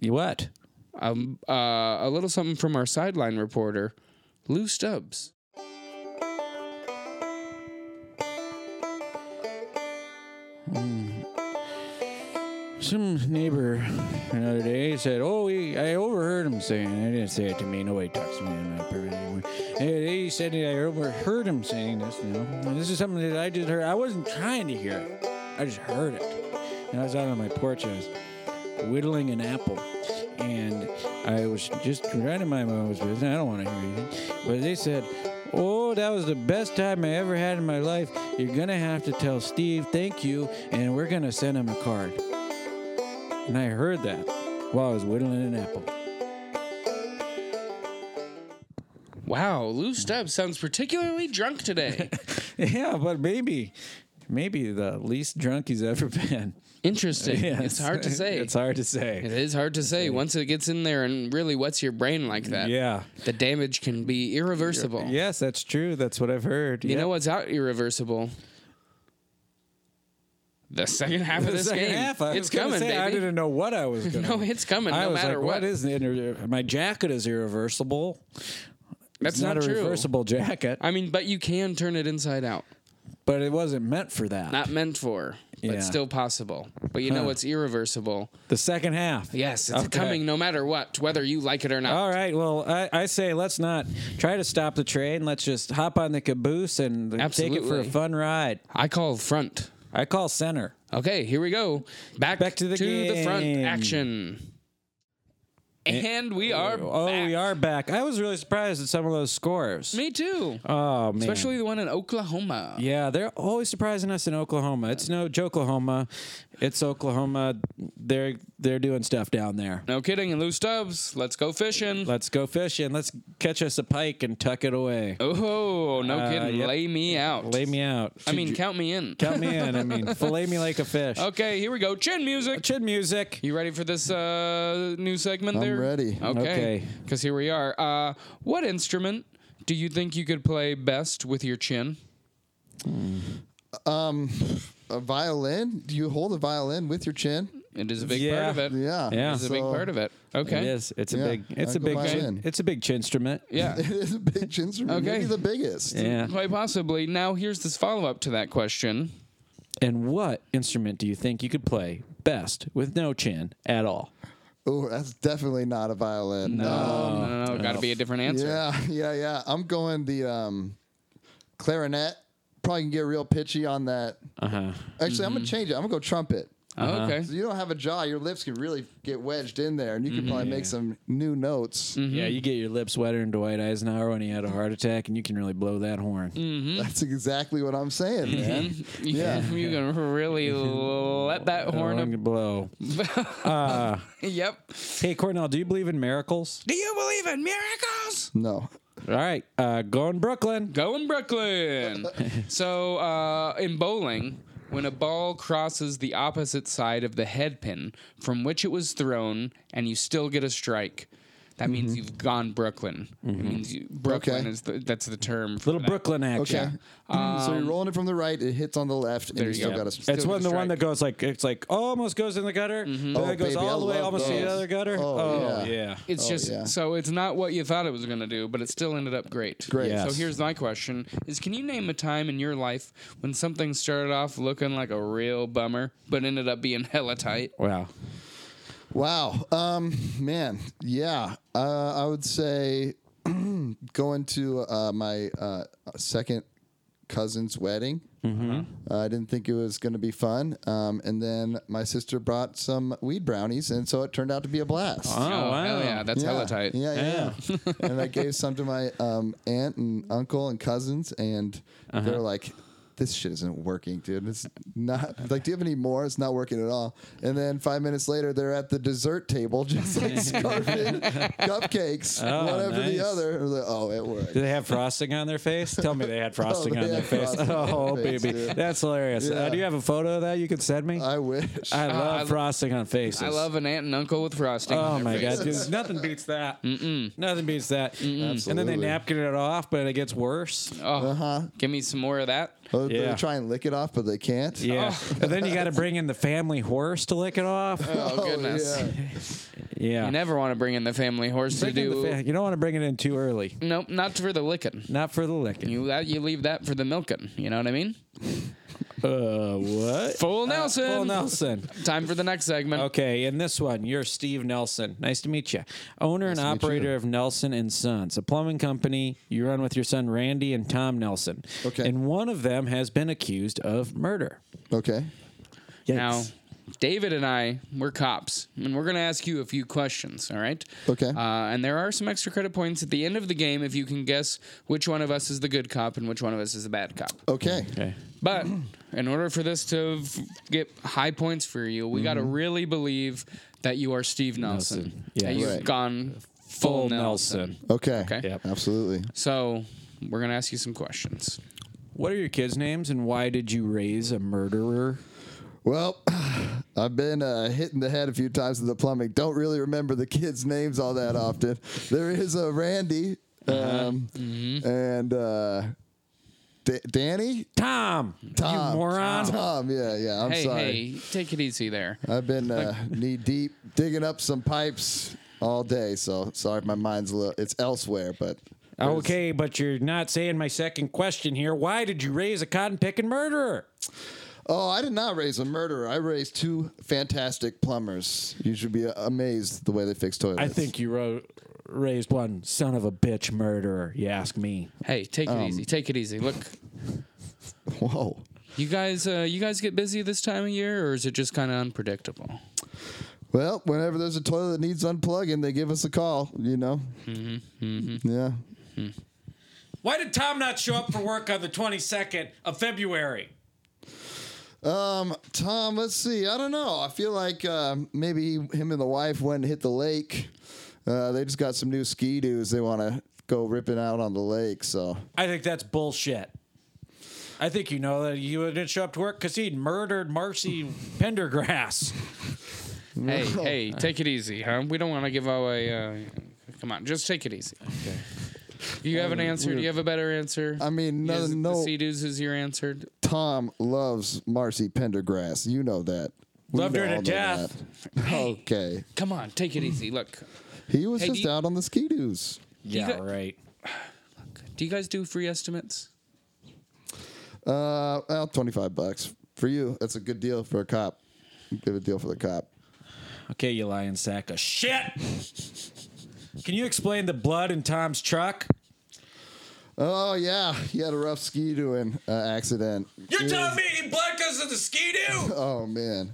You what?
Um, uh, a little something from our sideline reporter, Lou Stubbs.
Some neighbor another day said, "Oh, he, I overheard him saying. I didn't say it to me. Nobody talks to me in my apartment anymore. And he said that I overheard him saying this. You know, and this is something that I just heard. I wasn't trying to hear it. I just heard it. And I was out on my porch. I was whittling an apple, and I was just right in my mind was business. I don't want to hear anything, but they said." Oh, that was the best time I ever had in my life. You're gonna have to tell Steve thank you, and we're gonna send him a card. And I heard that while I was whittling an apple.
Wow, Lou Stubbs sounds particularly drunk today.
Yeah, but maybe, maybe the least drunk he's ever been.
Interesting. It's hard to say.
It's hard to
It
say.
is hard to say once it gets in there and really wets your brain like that.
Yeah.
The damage can be irreversible.
Yes, that's true. That's what I've heard.
You know what's out irreversible? The second half of
The
this
second
game.
half, I
it's
was gonna
coming,
say,
baby.
I didn't know what I was going.
No, it's coming,
I
no
was
matter
like,
what.
What is the inter- my jacket is irreversible.
That's
it's not,
not
a
true.
reversible jacket,
I mean, but you can turn it inside out.
but it wasn't meant for that.
Not meant for, but
Yeah.
still possible. But you know
Huh.
what's irreversible?
the second half.
Yes, it's
Okay.
coming no matter what, whether you like it or not.
All right. Well, I, I say let's not try to stop the train. Let's just hop on the caboose and take it for a
Absolutely.
fun ride.
I call front.
I call center.
Okay, here we go. Back,
Back to the
front
game. Eh.
action. And we are
Oh,
back.
we are back. I was really surprised at some of those scores.
Me too.
Oh man.
Especially the one in Oklahoma.
yeah, they're always surprising us in Oklahoma. It's no Oklahoma, it's Oklahoma. They're they're doing stuff down there.
No kidding. And Lou Stubbs, let's go fishing.
Let's go fishing. Let's catch us a pike and tuck it away.
oh, no
Uh,
kidding.
yep.
Lay me out.
Lay me out.
I mean, count me in.
count me in. I mean, fillet me like a fish.
Okay, here we go. Chin music.
Chin music.
You ready for this uh, new segment
I'm
there?
ready.
Okay.
Okay.
Because here we are. Uh, what instrument do you think you could play best with your chin?
Um, a violin? Do you hold a violin with your chin?
It is a big
Yeah.
part of it.
Yeah.
Yeah.
It's a big
So-
part of it. Okay.
It is. It's
Yeah,
a big. It's a
Uncle
big. Chin,
Violin.
it's a big chin instrument.
Yeah.
It is a big chin instrument.
Okay.
Maybe the biggest.
Yeah.
Quite possibly. Now, here's this follow up to that question.
And what instrument do you think you could play best with no chin at all?
Oh, that's definitely not a violin. No.
Oh.
no, no, no. Got to be a different answer.
yeah, yeah, yeah. I'm going the um, clarinet. Probably can get real pitchy on that.
Uh huh.
Actually, I'm gonna change it. I'm gonna go trumpet.
Uh-huh.
Oh, okay.
'Cause You don't have a jaw. Your lips can really get wedged in there, and you can probably make some new notes.
Mm-hmm.
Yeah, you get your lips wetter than Dwight Eisenhower when he had a heart attack, and you can really blow that horn.
Mm,
That's exactly what I'm saying, man.
Yeah. You can really let that horn up.
Horn blow.
Yep.
Hey, Cornell, do you believe in miracles?
Do you believe in miracles?
no.
All right, uh, go in Brooklyn.
Go in Brooklyn. so, uh, in bowling, when a ball crosses the opposite side of the head pin from which it was thrown and you still get a strike, that means you've gone Brooklyn. It means you, Brooklyn
Mm-hmm. Okay.
is the, that's the term. For
Little
that.
Brooklyn
Okay.
action.
Mm, so you're rolling it from the right. It hits on the left, and you,
you
still
go.
got
Yeah.
to.
It's
Still
one
get a
the one
strike.
that goes like it's like almost goes in the gutter,
Mm-hmm.
then
Oh,
it goes
baby, I
all the way
love
almost to the
those.
other gutter.
Oh,
Oh,
yeah.
yeah.
It's
Oh,
just
yeah.
so it's not what you thought it was going to do, but it still ended up great.
Great.
Yes.
So here's my question: Is can you name a time in your life when something started off looking like a real bummer, but ended up being hella tight?
Wow.
Wow. Um, man. Yeah. Uh, I would say going to uh, my uh, second cousin's wedding. Uh, I didn't think it was going to be fun. Um, and then my sister brought some weed brownies, and so it turned out to be a blast.
Oh, wow.
hell yeah, that's
yeah.
hella tight.
Yeah, yeah. yeah.
Uh-huh.
and I gave some to my um, aunt and uncle and cousins, and they're like, this shit isn't working, dude. It's not like, do you have any more? It's not working at all. And then five minutes later, they're at the dessert table, just like scarfing cupcakes,
Oh,
one after
nice.
the other. I was like, oh, it worked.
Do they have frosting on their face? Tell me they had frosting
Oh,
on
they
their
had
face.
frosting on
Oh,
their face,
baby.
dude.
That's hilarious. Uh,
Yeah. Uh,
do you have a photo of that you could send me? I,
I wish.
love
I-
frosting on faces.
I love an aunt and uncle with frosting.
Oh
on their
my god,
faces.
dude, nothing beats that. Mm-mm. Nothing beats that. And then they
Absolutely.
napkin it off, but it gets worse.
Oh,
Uh-huh.
give me some more of that.
Oh, They
Yeah.
try and lick it off, but they can't.
Yeah. But then you got to bring in the family horse to lick it off.
Uh,
Oh, goodness.
yeah.
yeah.
You never want to bring in the family horse
Bring
to
in the
do.
fa- you don't want to bring it in too early.
nope, not for the licking.
Not for the licking.
You that you leave that for the milking. You know what I mean?
uh, what?
Full Nelson.
Full Nelson.
Time for the next segment.
Okay, and this one, you're Steve Nelson. Nice to meet you. Owner and operator of Nelson and Sons, a plumbing company you run with your son Randy and Tom Nelson.
Okay.
And one of them has been accused of murder.
Okay.
Yikes.
Now, David and I, we're cops, and we're going to ask you a few questions, all right?
Okay.
Uh, and there are some extra credit points at the end of the game if you can guess which one of us is the good cop and which one of us is the bad cop.
Okay.
Okay.
But in order for this to f- get high points for you, we got to
Mm-hmm.
really believe that you are Steve Nelson.
Nelson, yeah.
That you've
Right.
gone full, Nelson.
Okay.
Okay.
Yep.
Absolutely.
So we're going to ask you some questions.
What are your kids' names and why did you raise a murderer?
Well, I've been uh, hit in the head a few times with the plumbing. Don't really remember the kids' names all that often. There is a Randy um, and uh, D- Danny.
Tom.
Tom.
You moron.
Tom. Yeah. Yeah. I'm
hey,
sorry.
hey, take it easy there.
I've been uh, knee deep digging up some pipes all day. So sorry if my mind's a little. It's elsewhere, but.
Okay, but you're not saying my second question here. Why did you raise a cotton picking murderer?
Oh, I did not raise a murderer. I raised two fantastic plumbers. You should be amazed the way they fix toilets.
I think you ro- raised one son of a bitch murderer, you ask me.
Hey, take it
Um,
easy. Take it easy. Look,
Whoa.
you guys, uh, you guys get busy this time of year, or is it just kind of unpredictable?
Well, whenever there's a toilet that needs unplugging, they give us a call. You know. Mm-hmm. Yeah.
Why did Tom not show up for work on the 22nd of February?
Um, Tom, let's see. I don't know. I feel like uh, maybe him and the wife went and hit the lake. Uh, they just got some new ski doos. They want to go ripping out on the lake. So
I think that's bullshit. I think you know that you didn't show up to work because he'd murdered Marcy Pendergrass.
Hey, hey, take it easy, huh? We don't want to give away. Uh, come on, just take it easy. Okay. You have an answer. Do you have a better answer?
Um, I mean, no,
Is it
no.
The Sea-Doos is your answer.
Tom loves Marcy Pendergrass. You know that. We
Loved her
know
to
all know
death.
that. Okay.
Come on, take it easy. Look,
He was
Hey, do
just
you-
out on the ski doos.
yeah,
got-
right.
do you guys do free estimates?
Uh, well, twenty five bucks for you. That's a good deal for a cop. Good a deal for the cop.
Okay, you lying sack of shit. Can you explain the blood in Tom's truck?
Oh yeah, he had a rough ski doing uh, accident.
You're
He
telling
was-
me he blood because of the ski doo?
Oh man.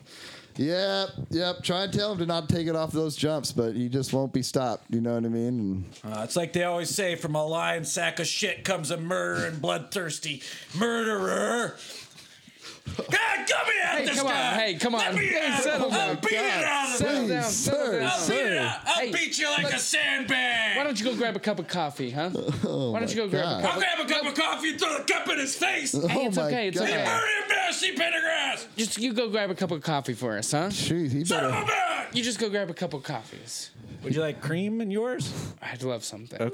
Yep, yep. Try and tell him to not take it off those jumps, but he just won't be stopped. You know what I mean? And
Uh, it's like they always say from a lying sack of shit comes a murdering, bloodthirsty murderer. God, come me out
Hey,
this
come
guy.
on. Hey, come on.
Let me
Hey,
out.
settle
I'll
down.
beat it out of
Settle
him.
Please,
down. Settle
sir,
down.
I'll beat it out. I'll
Hey,
beat you like a sandbag.
Why don't you go grab a cup of coffee, huh? Why don't you go grab
oh, God.
a
I'll
cup?
grab a cup of coffee and throw the cup in his face. Hey,
Hey, it's
Oh my
okay. It's
God.
okay.
murder him, Bessie Pendergrass.
Just you go grab a cup of coffee for us, huh?
Jeez, he
Son of a
better.
bitch.
You just go grab a couple coffees.
Would you like cream in yours?
I'd love something.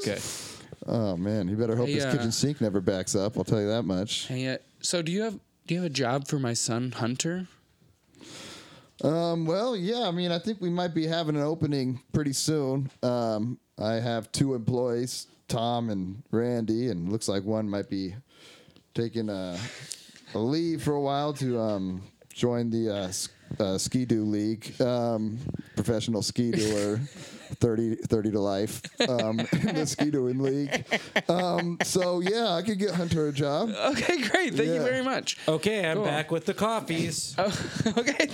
Oh man, he better hope his
Yeah.
kitchen sink never backs up. I'll tell you that much.
Hey, uh, so do you have do you have a job for my son Hunter?
Um, well, yeah, I mean, I think we might be having an opening pretty soon. Um, I have two employees, Tom and Randy, and looks like one might be taking a, a leave for a while to um, join the uh, s- uh, Ski Doo League, um, professional ski doer. 30, 30 to life um, in the ski doing league. Um, so, yeah, I could get Hunter a job.
Okay, great. Thank you
Yeah.
very much.
Okay, I'm
Cool. Oh.
back with the coffees.
okay.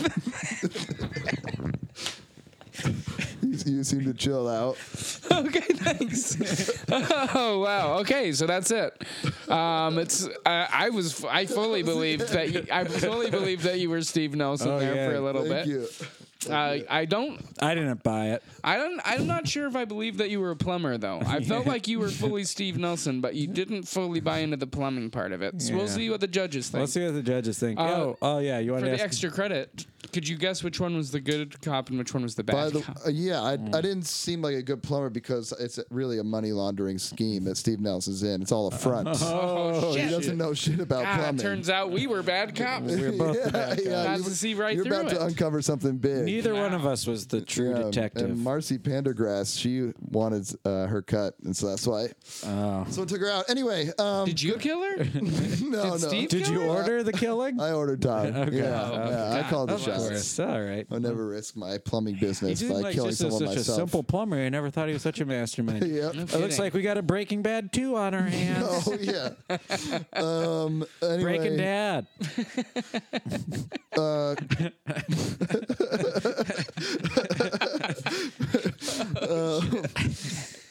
You seem to chill out.
okay, thanks. oh, wow. Okay, so that's it. Um, it's I, I was I fully believed that you, I fully believed that you were Steve Nelson
Oh,
there
yeah.
for a little
Thank
bit.
you.
Uh, I don't
I didn't buy it.
I don't. I'm not sure if I believe that you were a plumber, though. I felt like you were fully Steve Nelson, but you didn't fully buy into the plumbing part of it. So we'll
Yeah.
see what the judges think.
Let's see what the judges think.
Oh.
Oh, oh yeah, you want
For
to
the
ask?
extra credit, could you guess which one was the good cop and which one was the
By
bad
the
cop?
uh, yeah, I,
Mm.
I didn't seem like a good plumber because it's really a money laundering scheme that Steve Nelson's in. It's
Uh,
all a front.
Oh,
he
shit.
doesn't know shit about
Ah,
plumbing.
turns out we were bad cops.
We're both the bad guys.
Guys
you-
can see right
you're
through
about
it.
to uncover something big.
Neither one of us was the true
Yeah,
detective.
And Marcy Pendergrass, she wanted uh, her cut, and so that's why.
Oh.
So it took her out. Anyway, um,
Did you kill her?
no, no.
did Steve
Did you
kill her?
order the killing?
I ordered Tom. Yeah,
Oh,
yeah, I
God.
called the
Of
shots.
It's all right.
I'll never risk my plumbing
He
business
seemed
by
like
killing
just a,
someone
such a
myself.
simple plumber. I never thought he was such a mastermind.
Yep.
It looks like we got a Breaking Bad 2 on our hands.
Oh yeah. um. Anyway,
Breaking Dad.
Oh,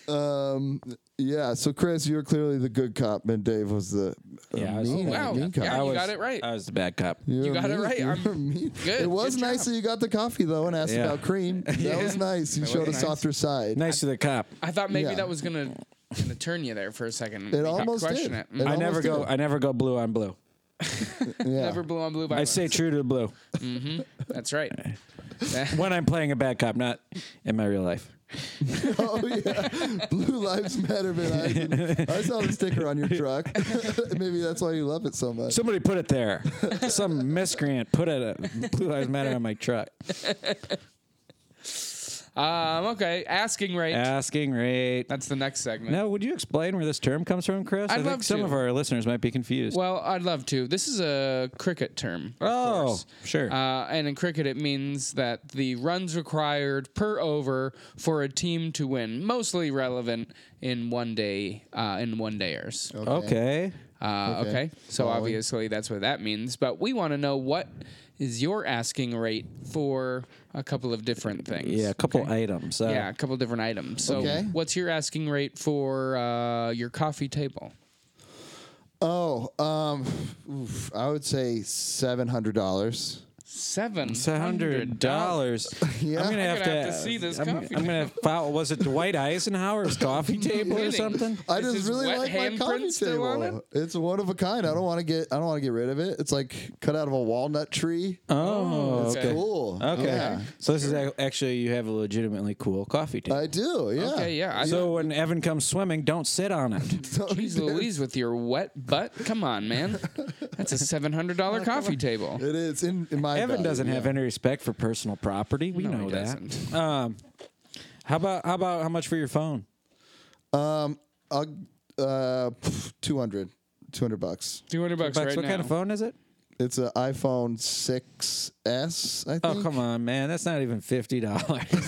Um. Yeah. So Chris, you were clearly the good cop, and Dave was the uh,
Yeah, I was-
mean,
Oh,
wow.
mean cop.
Yeah,
I
you
was,
got it right.
I was the bad cop.
You're
got it
mean.
right.
You're
I'm-
mean.
Good,
It was
good job.
nice that you got the coffee though and asked
Yeah.
about cream. That was nice. You showed
was
a
nice.
softer side.
Nice to the cop.
I thought maybe
Yeah.
that was gonna, gonna turn you there for a second.
It
Make up
almost
question
did.
it. Mm-hmm.
It
I never
almost
go.
did.
I never go blue on blue.
Yeah.
Never blue on blue
I
violence.
stay true to the blue
That's right.
when I'm playing a bad cop, not in my real life.
Oh yeah, Blue Lives Matter Van Eyck. I saw the sticker on your truck. Maybe that's why you love it so much.
Somebody put it there. Some miscreant put it. A blue lives matter on my truck.
Um, okay, asking right.
Asking rate.
That's the next segment.
Now, would you explain where this term comes from, Chris? I
I'd
think
love
some
to.
of our listeners might be confused.
Well, I'd love to. This is a cricket term. of
Oh,
course.
sure.
Uh, and in cricket, it means that the runs required per over for a team to win, mostly relevant in one day uh, in one dayers. Okay.
okay.
Uh, okay.
Okay.
So
Following.
obviously that's what that means. But we want to know what is your asking rate for a couple of different things.
Yeah, a couple items. Uh,
Yeah, a couple different items. So,
Okay.
what's your asking rate for uh, your coffee table?
Oh, um, oof, I would say seven hundred dollars.
Seven
hundred dollars.
Yeah.
I'm gonna
I'm
have,
gonna have to see this
I'm,
coffee
I'm gonna file. Was it Dwight Eisenhower's coffee table or
Kidding.
something?
I
Is his
just really
wet
like my
handprint
coffee
still on
table. It's one of a kind. I don't want to get. I don't want to get rid of it. It's like cut out of a walnut tree.
Oh,
It's
okay.
cool.
Okay.
Yeah.
So this is ac- actually you have a legitimately cool coffee table.
I do. Yeah.
Okay, yeah. I,
so when Evan comes swimming, don't sit on it.
So-
Jeez Louise with your wet butt. Come on, man. That's a seven hundred dollar coffee table.
It is in, in my.
Evan
value,
doesn't have
yeah.
any respect for personal property. We
No, he
know that.
doesn't.
Um, how about how about how much for your phone?
I'll, uh, pff, 200 200 bucks.
Two hundred bucks
Bucks,
right
what
now.
kind of phone is it?
It's an iPhone 6S, I think.
Oh come on, man, that's not even fifty dollars.
Is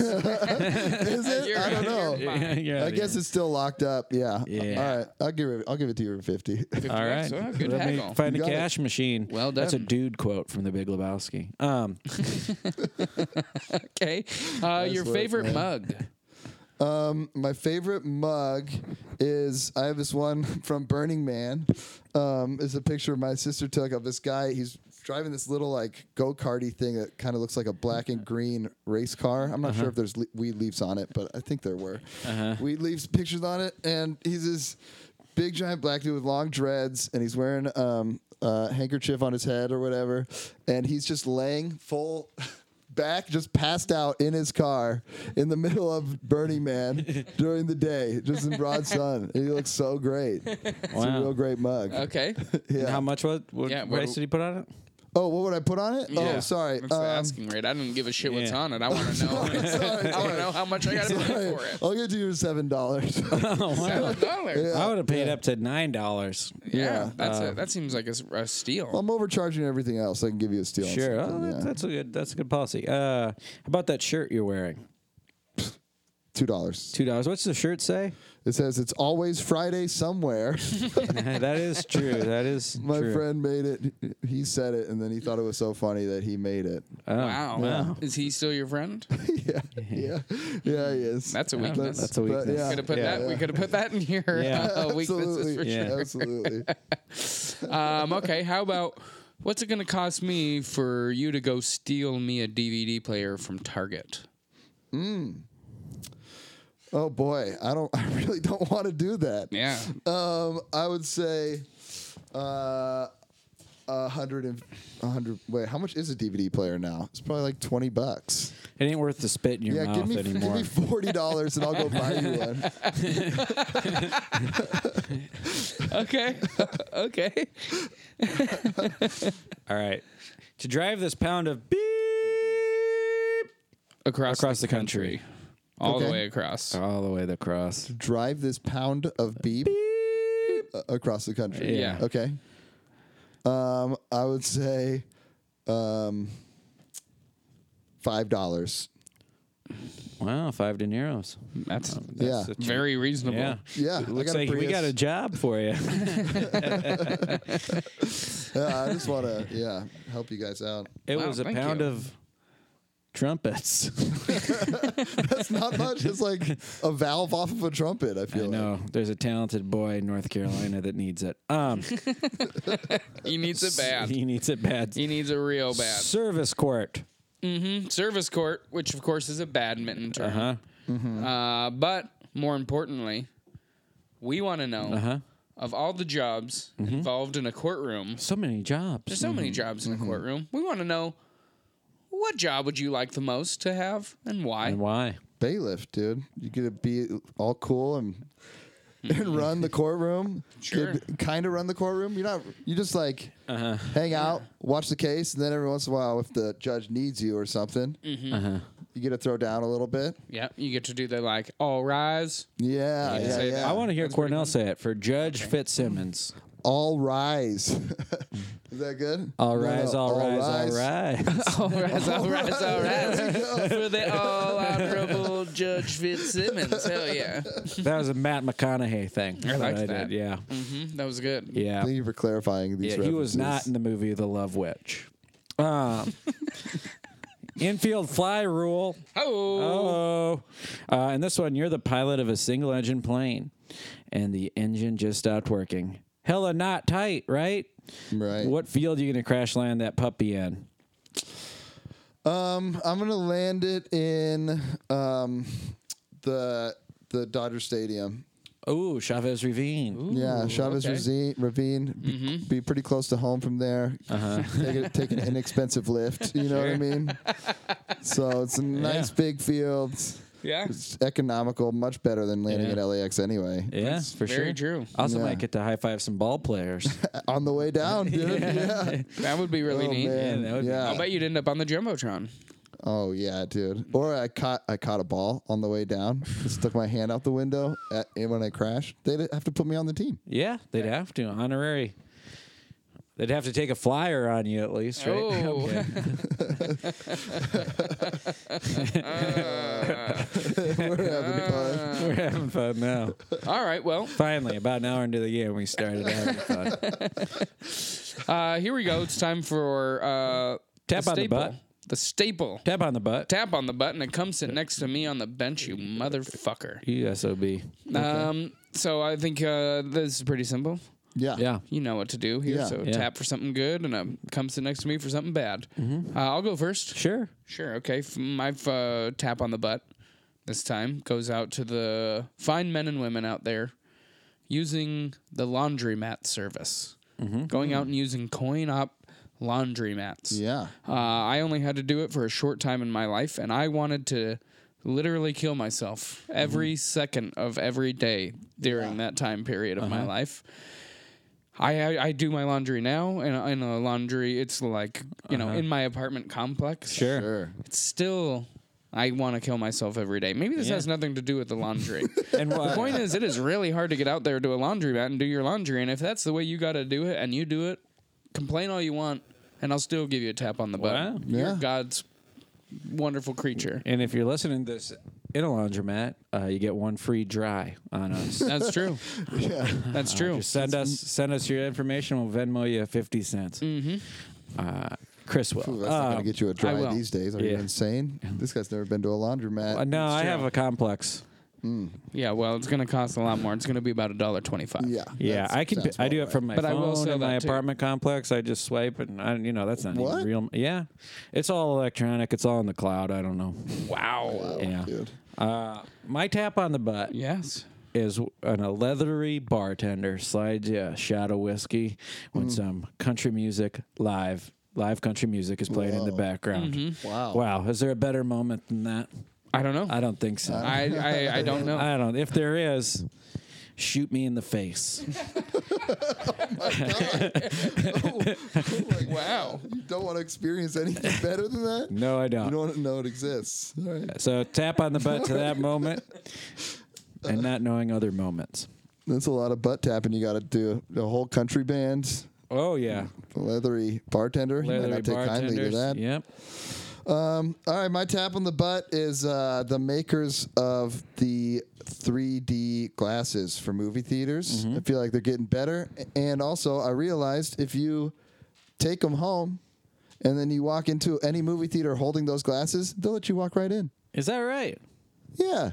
it?
You're
I don't
out
know.
of your mind.
I guess it's still locked up. Yeah.
Yeah.
All right. I'll give it. I'll give it to you for fifty.
All right.
Well, Oh, good
Let me
haggle.
find
You
a
got it.
cash machine.
Well
That's a
done.
dude quote from the Big Lebowski. Um,
Okay. Uh, your
work,
favorite
man.
mug.
um, my favorite mug is I have this one from Burning Man. Um, it's a picture my sister took of this guy. He's driving this little like go karty thing that kind of looks like a black and green race car. I'm not sure if there's le- weed leaves on it, but I think there were weed leaves pictures on it. And he's this big giant black dude with long dreads, and he's wearing um, a handkerchief on his head or whatever, and he's just laying full. back just passed out in his car in the middle of Burning Man during the day, just in broad sun. And he looks so great. It's a
Wow. Uh,
real great mug.
Okay.
and How much was what
Yeah, what-
price did he put on it?
Oh, what would I put on it? Oh, sorry.
That's the
Um,
asking rate. I don't give a shit what's
yeah.
on it. I want to know.
sorry,
I want to know how much I got to pay
sorry.
for it.
I'll give it to you for seven dollars.
Oh, wow.
Seven dollars.
I would have paid up to nine dollars.
Yeah, that's
Uh,
a, that seems like a, s- a steal.
I'm overcharging everything else. I can give you a steal. on
Sure,
something,
oh, that,
yeah.
that's a good that's a good policy. Uh, how about that shirt you're wearing?
Two dollars.
Two dollars. What's the shirt say?
It says it's always Friday somewhere.
that is true. That is
My
true.
friend made it. He said it, and then he thought it was so funny that he made it.
Oh,
Wow.
wow.
Is he still your friend?
yeah, yeah, yeah. He is.
That's a
That's,
weakness.
that's a
but,
weakness.
yeah.
Could have put
Yeah.
that. We could have put that in here.
Yeah.
Uh, weaknesses for
absolutely,
Yeah. sure.
absolutely.
sure. Um, okay. How about what's it going to cost me for you to go steal me a DVD player from Target?
Oh boy, I don't. I really don't want to do that.
Yeah.
Um, I would say, uh, a hundred and a hundred. Wait, how much is a DVD player now? It's probably like twenty bucks.
It ain't worth the spit in your
Yeah,
mouth
give me
anymore.
give me forty dollars and I'll go buy you one.
Okay. okay.
All right. To drive this pound of beep
Across
across the country, Oh,
all the
Okay.
way across.
all the way across.
Drive this pound of beep, a- across the country.
Yeah.
Okay. Um, I would say, um, five dollars.
Wow, five de Niro's.
Mm, That's
Yeah.
That's a cheap-
very reasonable.
Yeah.
Yeah, I
Looks
got a
like we
Prius.
got a job for you.
Yeah, I just want to yeah help you guys out.
It
Wow,
was a
thank
pound
you.
of trumpets.
That's not much. It's like a valve off of a trumpet. I feel.
I know. There's a talented boy in North Carolina that needs it. Um,
He needs it bad.
He needs it bad.
He needs it real bad.
Service court.
Service court, which of course is a badminton term.
Huh?
Uh, but more importantly, we want to know
Uh-huh.
of all the jobs
Mm-hmm.
involved in a courtroom.
So many
There's
jobs.
so many jobs in a courtroom. We want to know what job would you like the most to have and why?
And why?
Like. Bailiff, dude. You get to be all cool and and run the courtroom.
Sure.
Kind of run the courtroom. You're not. You just like hang out, watch the case, and then every once in a while, if the judge needs you or something,
Uh-huh.
you get to throw down a little bit.
Yeah, you get to do the like all rise.
Yeah, yeah,
say
yeah.
that.
I want to hear Cornell say it for Judge Fitzsimmons.
all rise. Is that good?
All
No, no,
rise, all rise, all rise.
All rise, all rise, all rise. For the all honorable Judge Fitzsimmons. Hell yeah.
that was a Matt McConaughey thing.
I liked
I did,
that.
Yeah.
Mhm, That was good.
Yeah.
Thank you for clarifying these.
Yeah, he was not
references.
in the movie The Love Witch. Um, infield fly rule.
Oh.
Oh. Uh, in this one, you're the pilot of a single engine plane, and the engine just stopped working. Hella not tight, right?
Right.
What field you going to crash land that puppy in?
Um, I'm gonna land it in um, the the Dodger Stadium.
Oh, Chavez Ravine.
yeah, Chavez
okay.
Ravine, Ravine be,
Mm-hmm.
be pretty close to home from there.
Uh-huh.
Take, a, take an inexpensive lift. You know what I mean? So it's a nice
Yeah.
big field.
Yeah.
It's economical, much better than landing
Yeah.
at LAX anyway.
Yeah, for
very
sure.
true.
Also,
Yeah.
might get to high five some ball players.
On the way down, dude. yeah.
That would be really
Oh,
neat.
man.
that would be-
yeah.
I'll bet you'd end up on the jumbotron.
Oh yeah, dude. Or I caught I caught a ball on the way down. stuck my hand out the window at, and when I crashed. They'd have to put me on the team.
yeah, they'd have to honorary. They'd have to take a flyer on you at least, right?
Oh.
Okay.
We're having fun.
We're having fun now.
All right. Well,
Finally, about an hour into the game, we started having fun.
uh, here we go. It's time for uh,
Tap
the
on the
staple.
butt.
The staple.
Tap on the butt.
Tap on the button and come sit next to me on the bench, you motherfucker.
You sob.
Um, so I think uh, this is pretty simple.
Yeah.
Yeah.
You know what to do here.
Yeah.
So
Yeah.
tap for something good and um, come sit next to me for something bad.
Mm-hmm.
Uh, I'll go first.
Sure.
Sure. Okay. F- My uh, tap on the butt this time goes out to the fine men and women out there using the laundromat service, going out and using coin op laundromats.
Mm-hmm. Yeah.
Uh, I only had to do it for a short time in my life, and I wanted to literally kill myself every
Mm-hmm.
second of every day during that time period of
Uh-huh.
my life. I, I I do my laundry now, and in a laundry, it's like you know in my apartment complex.
Uh-huh. Sure.
Sure.
it's still. I want to kill myself every day. Maybe this
Yeah.
has nothing to do with the laundry.
And
the
why-
point is, it is really hard to get out there to a laundromat and do your laundry. And if that's the way you got to do it, and you do it, complain all you want, and I'll still give you a tap on the butt.
Wow.
You're
Yeah.
God's wonderful creature.
And if you're listening to this in a laundromat, uh, you get one free dry on us.
That's true.
Yeah.
That's true.
Just send us send us your information. We'll Venmo you fifty cents. Mm-hmm. Uh, Chris will.
Ooh, that's not
Um,
gonna get you a
I
dry
will.
these days. Are you
Yeah.
insane? This guy's never been to a laundromat.
uh, no, I have a complex.
yeah, well, it's going to cost a lot more. It's going to be about a dollar twenty-five.
Yeah.
Yeah,
that's-
I can.
sounds
I do
about
it from my
But I
phone
will say
in my
that, too.
apartment complex. I just swipe and I, you know that's not
What?
even real. Yeah, it's all electronic. It's all in the cloud. I don't know.
Oh,
Wow.
yeah,
dude.
Uh, my tap on the butt
Yes.
is when a leathery bartender slides you a shot of whiskey when
Mm.
some country music live live country music is playing in the background.
Wow.
Wow, is there a better moment than that?
I don't know.
I don't think so. I,
I I, I don't know.
don't. If there is, shoot me in the face.
wow.
You don't want to experience anything better than that.
No, I
You don't want to know it exists. All right.
So tap on the butt to that moment and not knowing other moments.
That's a lot of butt tapping you got to do. The whole country band,
Oh yeah.
leathery bartender. you might
Leathery
not take kindly to
bartenders.
that.
Yep.
Um, all right, my tap on the butt is uh, the makers of the 3D glasses for movie theaters.
Mm-hmm.
I feel like they're getting better. And also, I realized if you take them home and then you walk into any movie theater holding those glasses, they'll let you walk right in.
Is that right?
Yeah.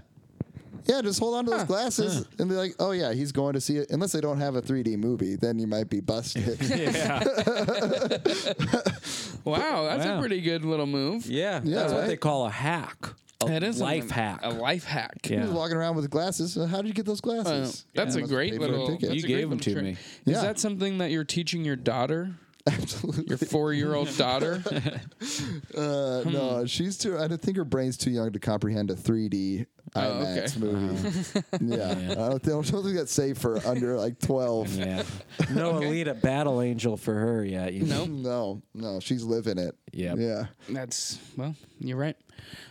Yeah, just hold on to those glasses and be like, oh, yeah, he's going to see it. Unless they don't have a 3D movie, then you might be busted.
Yeah.
Wow, that's a
Wow.
pretty good little move.
yeah. That's
Yeah,
what
right?
they call a hack. A
That is
life
something-
hack.
A life hack.
Yeah.
He's walking around with glasses. So how did you get those
Uh,
glasses?
that's
You
a
must
great
pay for a
little.
ticket.
that's
You
a great
gave 'em
little
to
trick.
me.
Yeah.
Is that something that you're teaching your daughter,
Absolutely.
your four-year-old daughter?
Uh,
Hmm.
no, she's too. I don't think her brain's too young to comprehend a 3D
Oh,
IMAX
okay.
Uh-huh.
movie. yeah, I don't, thi- I don't think that's safe for under like 12.
Yeah. No Alita battle angel for her yet. You know?
No, no, she's living it.
Yep.
Yeah.
That's well, you're right.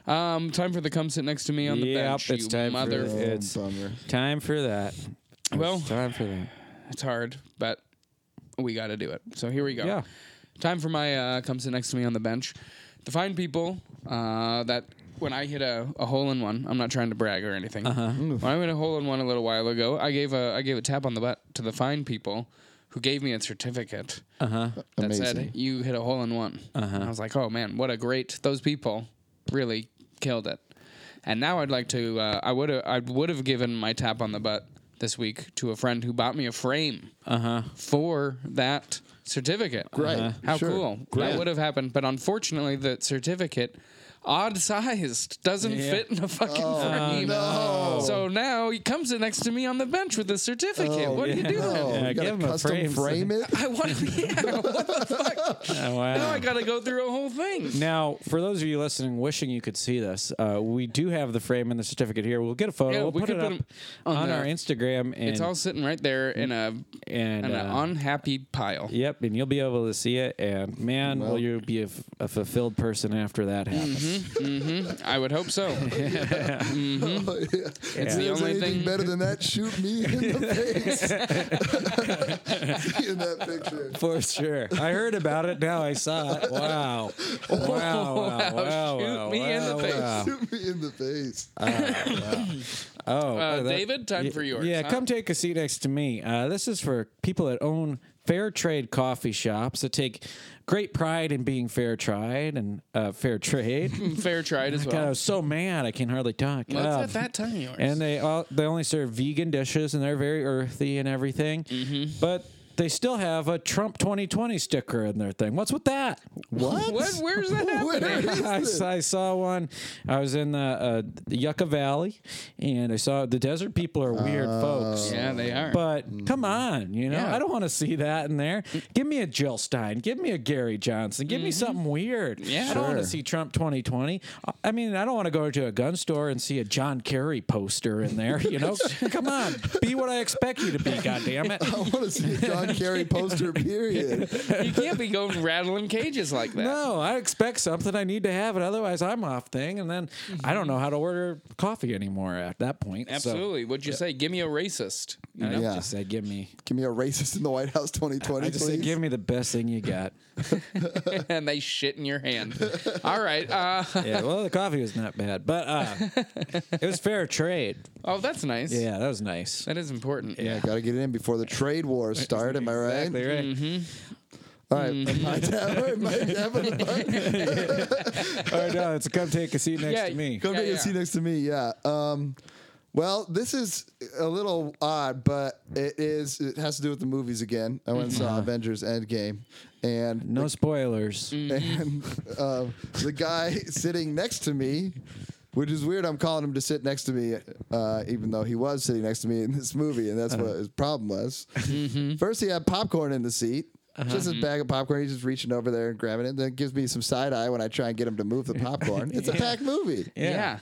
Um, time for the come sit next to me on the
Yep,
bench.
it's
you
time for
mother.
it.
Oh,
It's-
bummer.
Time for that.
Well-
It's time for that.
It's hard, but we got to do it. So here we go.
Yeah.
Time for my uh, come sit next to me on the bench. To find people uh, that when I hit a, a hole in one, I'm not trying to brag or anything.
Uh-huh.
When I hit a hole in one a little while ago, I gave a I gave a tap on the butt to the fine people who gave me a certificate
Uh-huh.
that
Amazing. Uh-huh.
said you hit a hole in one. And I was like, oh man, what a great those people really killed it. And now I'd like to uh, I would I would have given my tap on the butt this week to a friend who bought me a frame for that certificate.
Great. Uh-huh.
How
Sure.
cool.
Great.
That would have happened, but unfortunately the certificate odd sized doesn't fit in a fucking frame.
Oh, no.
So now he comes in next to me on the bench with a certificate. what are you
yeah.
doing?
Oh,
Yeah,
you gotta
give him a
custom
frame.
frame it.
I want to be what the fuck?
Oh, wow.
Now I gotta go through a whole thing.
Now, for those of you listening, wishing you could see this, uh, we do have the frame and the certificate here. We'll get a photo.
Yeah,
we'll
we
put
could
it
put
up
'em on
on,
the-
our Instagram. And,
It's all sitting right there in a
and
in an
uh,
unhappy pile.
Yep, and you'll be able to see it. And man, will you be a, f- a fulfilled person after that
Mm-hmm.
happens?
I would hope so.
Oh, yeah. It's
the only
anything
thing-
better than that, shoot me in the face. See in that picture.
For sure. I heard about it. Now I saw it. Wow. Wow. Wow. Wow. wow,
Shoot me in the
wow,
face.
wow. Uh,
Shoot me in the face.
Oh,
Uh,
oh, that-
David, time
yeah,
for yours.
Yeah,
huh?
come take a seat next to me. Uh, this is for people that own fair trade coffee shops that take great pride in being fair trade and uh, fair trade.
Fair tried as
God, I
well.
was so mad I can hardly talk.
What's
Uh,
at that time yours?
and they all, they only serve vegan dishes and they're very earthy and everything,
Mm-hmm.
but they still have a Trump 2020 sticker in their thing. What's with that?
What?
what? Where's that happening?
I, s- I saw one. I was in the uh, Yucca Valley, and I saw the desert people are weird folks.
yeah, they are.
But come on, you know,
Yeah.
I don't want to see that in there. Give me a Jill Stein. Give me a Gary Johnson. Give me something weird.
Mm-hmm. Yeah.
I don't want to
Sure.
see Trump 2020. I- I mean, I don't want to go to a gun store and see a John Kerry poster in there, you know? come on, be what I expect you to be, goddammit.
Oh, I want to see a John John Kerry poster period.
You can't be going rattling cages like that.
No, I expect something. I need to have it. Otherwise, I'm off thing. And then I don't know how to order coffee anymore at that point. So,
Mm-hmm. Absolutely. What'd you say? Give me a racist. You
I
know?
Yeah.
just said, give me.
Give me a racist in the White House 2020,
I just
please.
said, give me the best thing you got.
and they shit in your hand. All right. Uh,
yeah. Well, the coffee was not bad, but uh, it was fair trade.
oh, that's nice.
Yeah, that was nice.
That is important.
yeah, gotta get it in before the trade wars start. Am I right?
Exactly right.
Mm-hmm.
All right, my tab, my tab on the button.
Or no, it's come take a seat next
Yeah,
to me.
Come
Yeah,
take
yeah.
a seat next to me. Yeah. Um, well, this is a little odd, but it is. It has to do with the movies again. I went and saw Avengers Endgame, and
No spoilers.
Mm, Mm-hmm.
and uh, the guy sitting next to me, which is weird. I'm calling him to sit next to me, uh, even though he was sitting next to me in this movie, and
Uh-huh.
that's what his problem was.
Mm-hmm.
First, he had popcorn in the seat.
Uh-huh.
Just his bag of popcorn. He's just reaching over there and grabbing it. Then it gives me some side eye when I try and get him to move the popcorn. It's a packed movie,
Yeah.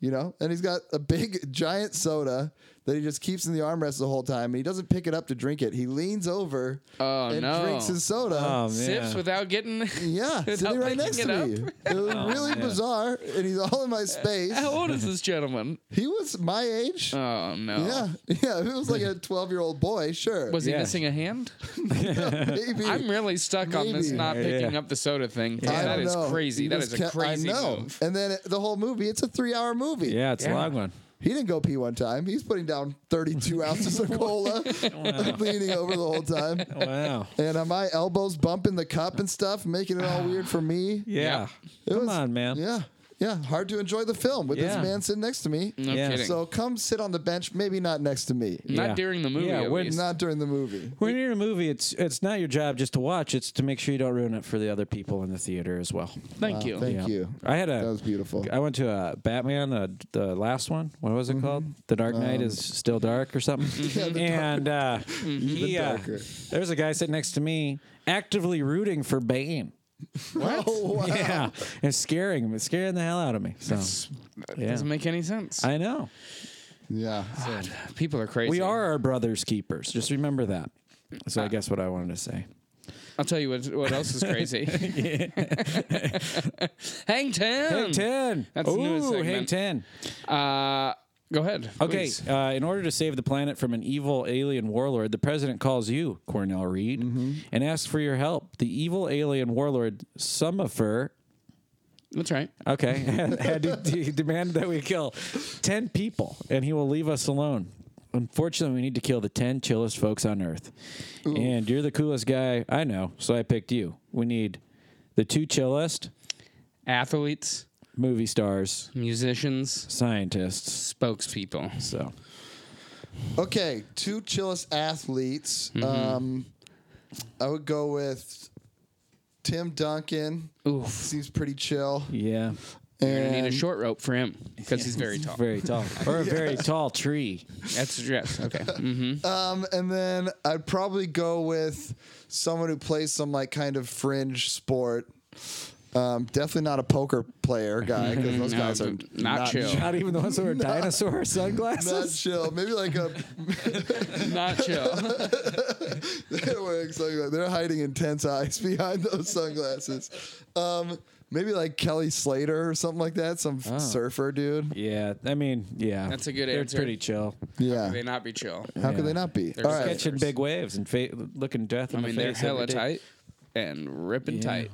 you know. And he's got a big giant soda that he just keeps in the armrest the whole time. And he doesn't pick it up to drink it. He leans over
Oh,
and
no.
drinks his soda.
Oh man.
Sips without getting.
Yeah,
without
sitting right
picking
next
it
to
up. Oh,
me. It was really
yeah.
bizarre, and he's all in my space.
How old is this gentleman?
He was my age.
Oh no.
yeah, yeah. If it was like a twelve-year-old boy, sure.
Was he
Yeah.
missing a hand?
maybe.
I'm really stuck on this
Maybe.
not picking
Yeah.
up the soda thing.
I
That
don't
is
know.
crazy.
He
That
just
is a
kept-
crazy
I know.
move.
And then it- the whole movie. It's a three-hour movie.
Yeah, it's a
Yeah.
long one.
He didn't go pee one time. He's putting down thirty-two ounces of cola, leaning over the whole time.
Wow.
And uh, my elbows bumping the cup and stuff, making it all weird for me.
Yeah.
It
Come
was-
on, man.
Yeah. Yeah. Hard to enjoy the film with this
Yeah.
man sitting next to me.
No
Yeah.
kidding.
So come sit on the bench, maybe not next to me.
Yeah.
Not during the movie.
Yeah,
at
when-
least.
Not during the movie.
When you're in a movie, it's it's not your job just to watch. It's to make sure you don't ruin it for the other people in the theater as well.
Thank you.
Thank you.
I had a
That was beautiful.
I went to uh, Batman, uh, the last one. What was it
Mm-hmm.
called? The Dark Knight
Um,
is still dark or something. and uh, he, uh,
darker.
there was a guy sitting next to me, actively rooting for Bane.
Oh, wow.
Yeah, and scaring him, scaring the hell out of me. So
That
Yeah.
doesn't make any sense.
I know
Yeah.
People are crazy.
we are our brothers' keepers. Just remember that. So I guess what I wanted to say.
I'll tell you what. What else is crazy? Hang ten.
Hang ten.
That's the newest
Ooh, hang
segment.
ten.
Uh, go ahead.
Okay,
please.
uh, in order to save the planet from an evil alien warlord, the president calls you, Cornell Reed,
Mm-hmm.
and asks for your help. The evil alien warlord, Summifer,
That's right.
okay, had de- de- demanded that we kill 10 people and he will leave us alone. Unfortunately, we need to kill the 10 chillest folks on Earth. And you're the coolest guy I know, so I picked you. We need the two chillest
Athletes,
movie stars,
musicians,
scientists.
spokespeople.
So,
Okay. Two chillest athletes.
Mm-hmm.
Um, I would go with Tim Duncan.
Oof.
Seems pretty chill.
yeah.
You're gonna need a
And-
short rope for him because he's very tall.
Very tall, or a very tall tree.
That's yes. Okay. hmm
Um, and then I'd probably go with someone who plays some like kind of fringe sport. Um, definitely not a poker player guy because those
No,
guys are
not chill.
Not even the ones that were dinosaur
Not
sunglasses.
chill. Maybe like a
Not chill.
they're wearing sunglasses. They're hiding intense eyes behind those sunglasses. Um, maybe like Kelly Slater or something like that. Some f surfer dude.
yeah, I mean, yeah,
That's a good
They're
answer.
pretty chill,
Yeah.
they not be chill.
How could
Yeah.
they not be?
They're
All right.
sketchy.
catching big waves and fa- looking death.
I
in
mean,
the
they're
face every
hella
day.
tight and ripping tight,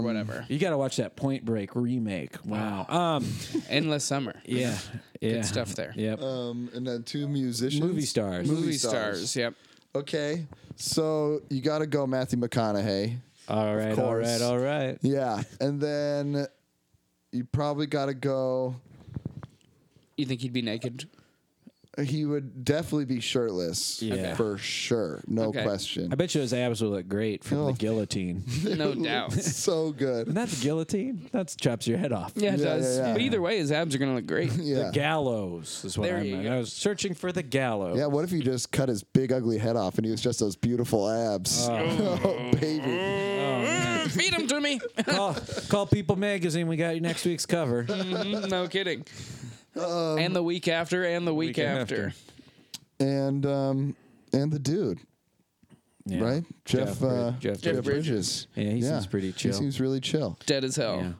whatever.
You got to watch that Point Break remake. Wow. Um,
Endless summer.
yeah, yeah,
Good stuff there.
Yep.
Um, and then two musicians.
Movie stars.
Movie
Movie
stars.
stars. Yep.
Okay. So you got to go Matthew McConaughey.
all right, all
course.
right, all right.
Yeah, and then you probably got to go.
You think he'd be naked?
He would definitely be shirtless,
Yeah.
for sure, no
Okay.
question.
I bet you his abs would look great from
Oh.
the guillotine.
No doubt.
so good.
And that's guillotine. That's chops your head off.
Yeah, it
Yeah,
does.
yeah, yeah.
But either way, his abs are gonna look great.
The
Yeah,
gallows is what
There
I
you
meant.
go.
I was searching for the gallows.
yeah. What if he just cut his big ugly head off and he was just those beautiful abs? Oh, baby.
Mm, Feed him to me.
Call, call People Magazine. We got you next week's cover.
Mm, no kidding. and the week after, and the week,
Weekend
after.
after.
And um, and the dude.
Yeah.
right? Jeff
Jeff
Jeff, uh,
Brid- Jeff Bridges.
Jeff, Bridges.
Yeah, he seems pretty chill.
He seems really chill.
Dead as hell.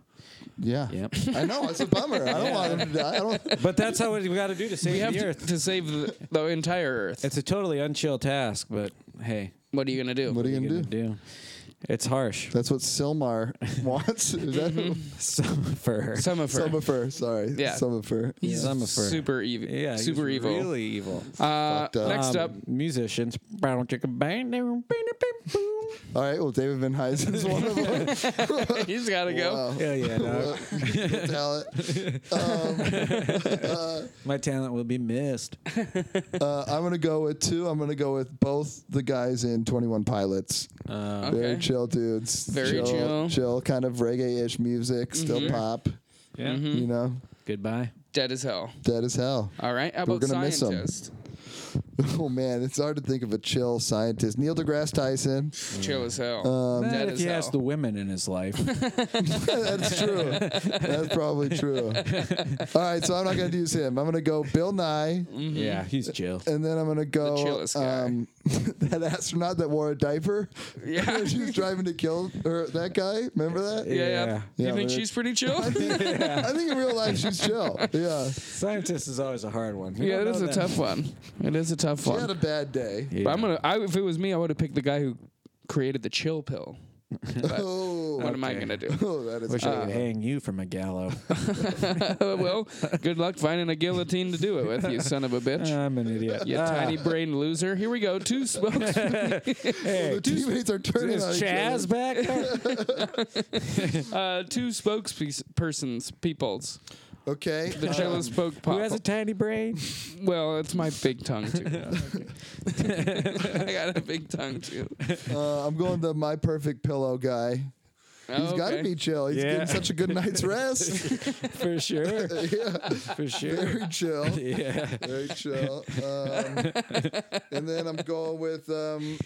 Yeah.
Yeah.
Yep.
I know it's a bummer. I don't want him to die. I don't.
But that's how we got to do to save
We have
the
to,
earth.
to save the, the entire Earth.
It's a totally unchill task, but hey,
what are you gonna do?
What are you
what are you
gonna
gonna
do?
do? It's harsh.
That's what Silmar wants. Is that
Some for her.
Some of her.
Summerfur? Sorry.
Yeah.
Summerfur.
He's some of her.
super evil.
yeah, he's
super evil.
Really evil. Um,
uh,
fucked up.
next up,
musicians. Yeah,
All right. Well, David Van Huysen is one of them.
he's gotta go.
Wow.
yeah. No.
Good talent.
My talent will be missed.
Uh, I'm gonna go with two. I'm gonna go with both the guys in Twenty One Pilots. Very
Okay.
chill dudes.
Uh, Very chill. Mm-hmm.
chill. kind of reggae-ish music. Still pop.
Yeah.
You know,
Mm-hmm. Goodbye.
Dead as hell.
dead as hell.
All right. How
We're
about
gonna miss 'em.
scientist?
Oh man, it's hard to think of a chill scientist. Neil deGrasse Tyson.
Chill as hell. Um,
Not
Dead
if
as
he
hell.
has the women in his life.
Mm-hmm.
That's true. That's probably true. All right, so I'm not gonna use him. I'm gonna go Bill Nye,
yeah, he's chill.
Uh,
and then I'm gonna go
chillest guy.
um, that astronaut that wore a diaper.
Yeah.
she was driving to kill her, that guy. Remember that?
yeah, yeah.
Yeah.
You
Yeah,
think
we're-
she's pretty chill?
I think in real life she's chill. Yeah,
Scientist is always a hard one. We
yeah,
don't
it is
know
a
that.
tough one. It is a tough
she had a
one.
bad day.
Yeah.
But I'm gonna. I, if it was me, I would have picked the guy who created the chill pill.
Oh,
What am I gonna do?
oh, that is.
Wish
Uh,
I could hang you from a gallow.
well, good luck finding a guillotine to do it with, you son of a bitch.
I'm an idiot.
You
Ah,
tiny brain loser. Here we go. Two smokes.
the teammates are turning
is
on each
Chaz
other.
back there?
Uh, two spokespersons, peoples.
Okay.
The
uh,
cello spoke pop.
Who has a tiny brain?
well, it's my big tongue too. I got a big tongue too.
uh, I'm going the my perfect pillow guy.
He's
He's got to be chill. He's
Yeah.
getting such a good night's rest.
For sure. For sure.
Very chill.
Yeah.
Very chill. Um, and then I'm going with um,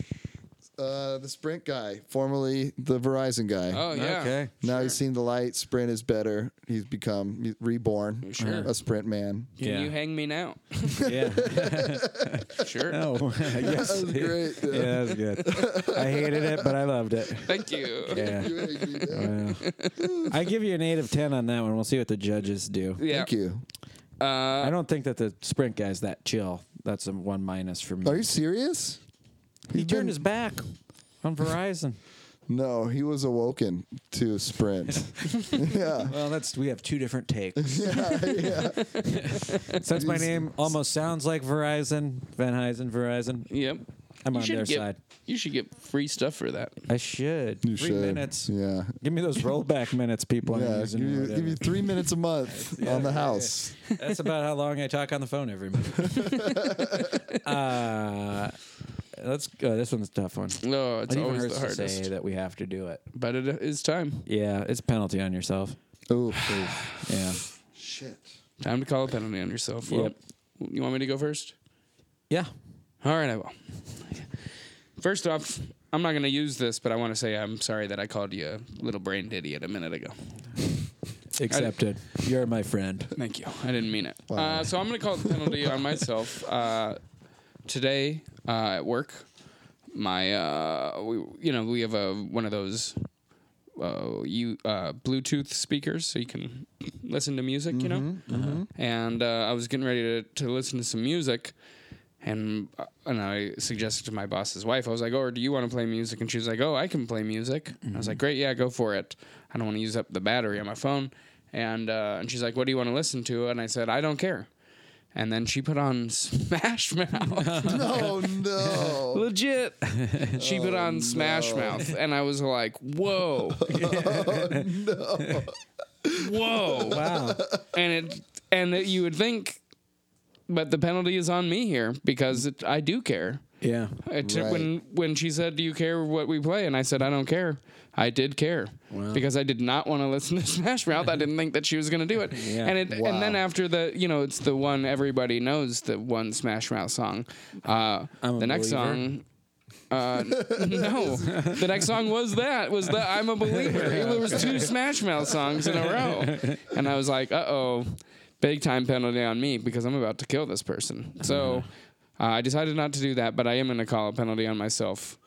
uh, the Sprint guy, formerly the Verizon guy.
Oh yeah.
Okay.
now he's seen the light. Sprint is better. He's become he's reborn,
Sure.
a Sprint man.
Can
Yeah.
you hang me now?
Yeah.
Sure.
Oh, yes.
That was great. Yeah.
Yeah, that was good. I hated it, but I loved it.
Thank you.
Yeah.
You made me do it.
Wow. I give you an eight of ten on that one. We'll see what the judges do.
Yeah.
Thank you.
I
Uh,
don't think that the sprint guy's that chill. That's a one minus for me.
Are you serious?
he
He's
turned
been-
his back on Verizon.
No, he was awoken to Sprint. yeah.
well, that's we have two different takes.
Yeah, yeah.
Since my name almost sounds like Verizon, Van Huysen, Verizon,
yep.
I'm
you
on
should
their
get,
side.
You should get free stuff for that.
I should.
You
Three
should.
minutes.
Yeah.
Give me those rollback minutes, people. I'm
Yeah, give
using or
you,
whatever.
give you three minutes a month on the house.
That's about how long I talk on the phone every month. uh, let's go. This one's a tough one.
No, Oh, it's
it even
always the
hurts to
hardest.
say that we have to do it.
But it is time.
Yeah, it's a penalty on yourself.
Oh,
Yeah.
shit.
Time to call a penalty on yourself. Well,
Yep.
You want me to go first?
Yeah.
All right, I will. First off, I'm not going to use this, but I want to say I'm sorry that I called you a little brained idiot a minute ago.
Accepted. You're my friend.
Thank you. I didn't mean it. Uh, so I'm going to call the penalty on myself. Uh, today uh, at work, my uh, we, you know we have a one of those uh, you uh, Bluetooth speakers so you can listen to music. You know, and uh, I was getting ready to, to listen to some music. And uh, and I suggested to my boss's wife, I was like, "Oh, do you want to play music?" And she was like, "Oh, I can play music." I was like, "Great, yeah, go for it. I don't want to use up the battery on my phone." And uh, and she's like, "What do you want to listen to?" And I said, "I don't care." And then she put on Smash Mouth.
Oh, no.
Legit. She put on Smash Mouth, and I was like, "Whoa, whoa!"
Wow.
And it and it, you would think, but the penalty is on me here because it, I do care.
yeah.
It took-
Right.
When when she said, "Do you care what we play?" and I said, "I don't care," I did care because I did not want to listen to Smash Mouth. I didn't think that she was going to do it.
Yeah.
And it and then
Wow.
after the you know it's the one everybody knows the one Smash Mouth song. Uh,
I'm a
the next
believer.
song. Uh, no, the next song was that was the I'm a believer. It was two Smash Mouth songs in a row, and I was like, uh oh, big time penalty on me because I'm about to kill this person. So uh, I decided not to do that, but I am going to call a penalty on myself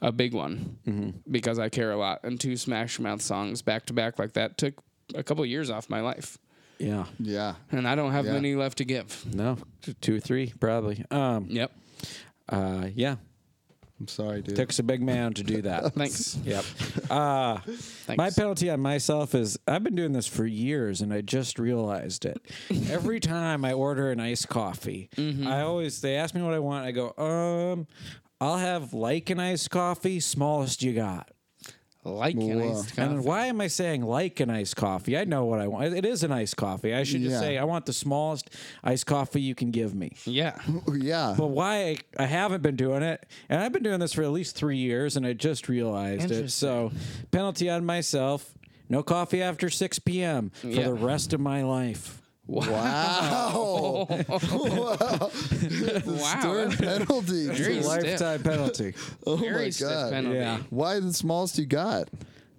a big one
Mm-hmm.
because I care a lot. And two Smash Mouth songs back to back like that took a couple years off my life,
Yeah.
Yeah.
and I don't have
Yeah.
many left to give.
No, t- two or three probably. Um.
Yep.
Uh. Yeah.
I'm sorry, dude.
Takes a big man to do that.
Thanks.
Yep. Uh, my penalty on myself is I've been doing this for years and I just realized it. Every time I order an iced coffee, I always they ask me what I want. I go, um, I'll have like an iced coffee, smallest you got.
like an
Whoa.
iced
And
coffee.
why am I saying like an iced coffee? I know what I want. It is an iced coffee. I should just
Yeah.
say I want the smallest iced coffee you can give me.
Yeah.
yeah.
But why I, I haven't been doing it, and I've been doing this for at least three years, and I just realized it. So, penalty on myself: no coffee after six p.m. for
Yeah.
the rest of my life.
Wow. wow.
Wow.
Stern penalty.
Very
dude.
stiff.
Lifetime penalty
Oh
Very
my
stiff
god.
penalty.
Yeah.
Why the smallest you got?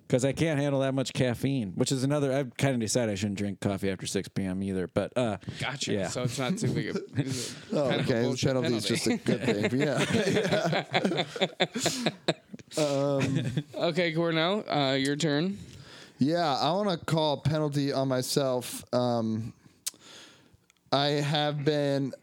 because I can't handle that much caffeine, which is another. I've kind of decided I shouldn't drink coffee after six p.m. either. But uh,
Gotcha.
Yeah.
So it's not too big. Of, it's a
Oh,
kind of a
okay. The
bullshit
penalty is just a good thing. Yeah. yeah. um,
okay, Cornell. Uh, your turn.
yeah, I want to call penalty on myself. Um, I have been.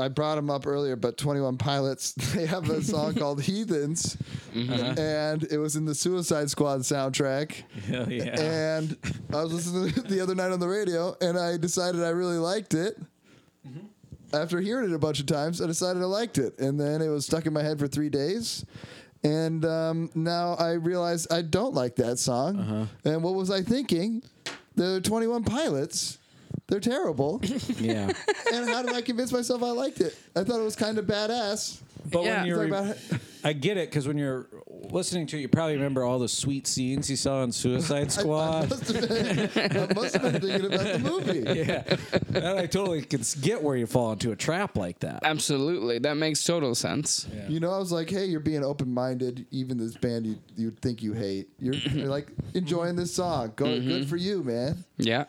I brought him up earlier, but Twenty One Pilots they have a song called "Heathens," and it was in the Suicide Squad soundtrack.
hell yeah.
and I was listening to it the other night on the radio, and I decided I really liked it. After hearing it a bunch of times, I decided I liked it, and then it was stuck in my head for three days. And um, now I realize I don't like that song. And what was I thinking? They're 21 Pilots. They're terrible.
yeah.
and how did I convince myself I liked it? I thought it was kind of badass.
But
Yeah.
when you're,
Talk about
I get it because when you're listening to it, you probably remember all the sweet scenes you saw in Suicide
I
Squad.
must, have been, I must have been thinking about the movie.
yeah, and I totally can s- get where you fall into a trap like that.
Absolutely. That makes total sense.
You know, I was like, hey, you're being open minded, even this band you you think you hate. You're,
Mm-hmm.
you're like enjoying this song. Go, Good for you, man.
Yeah.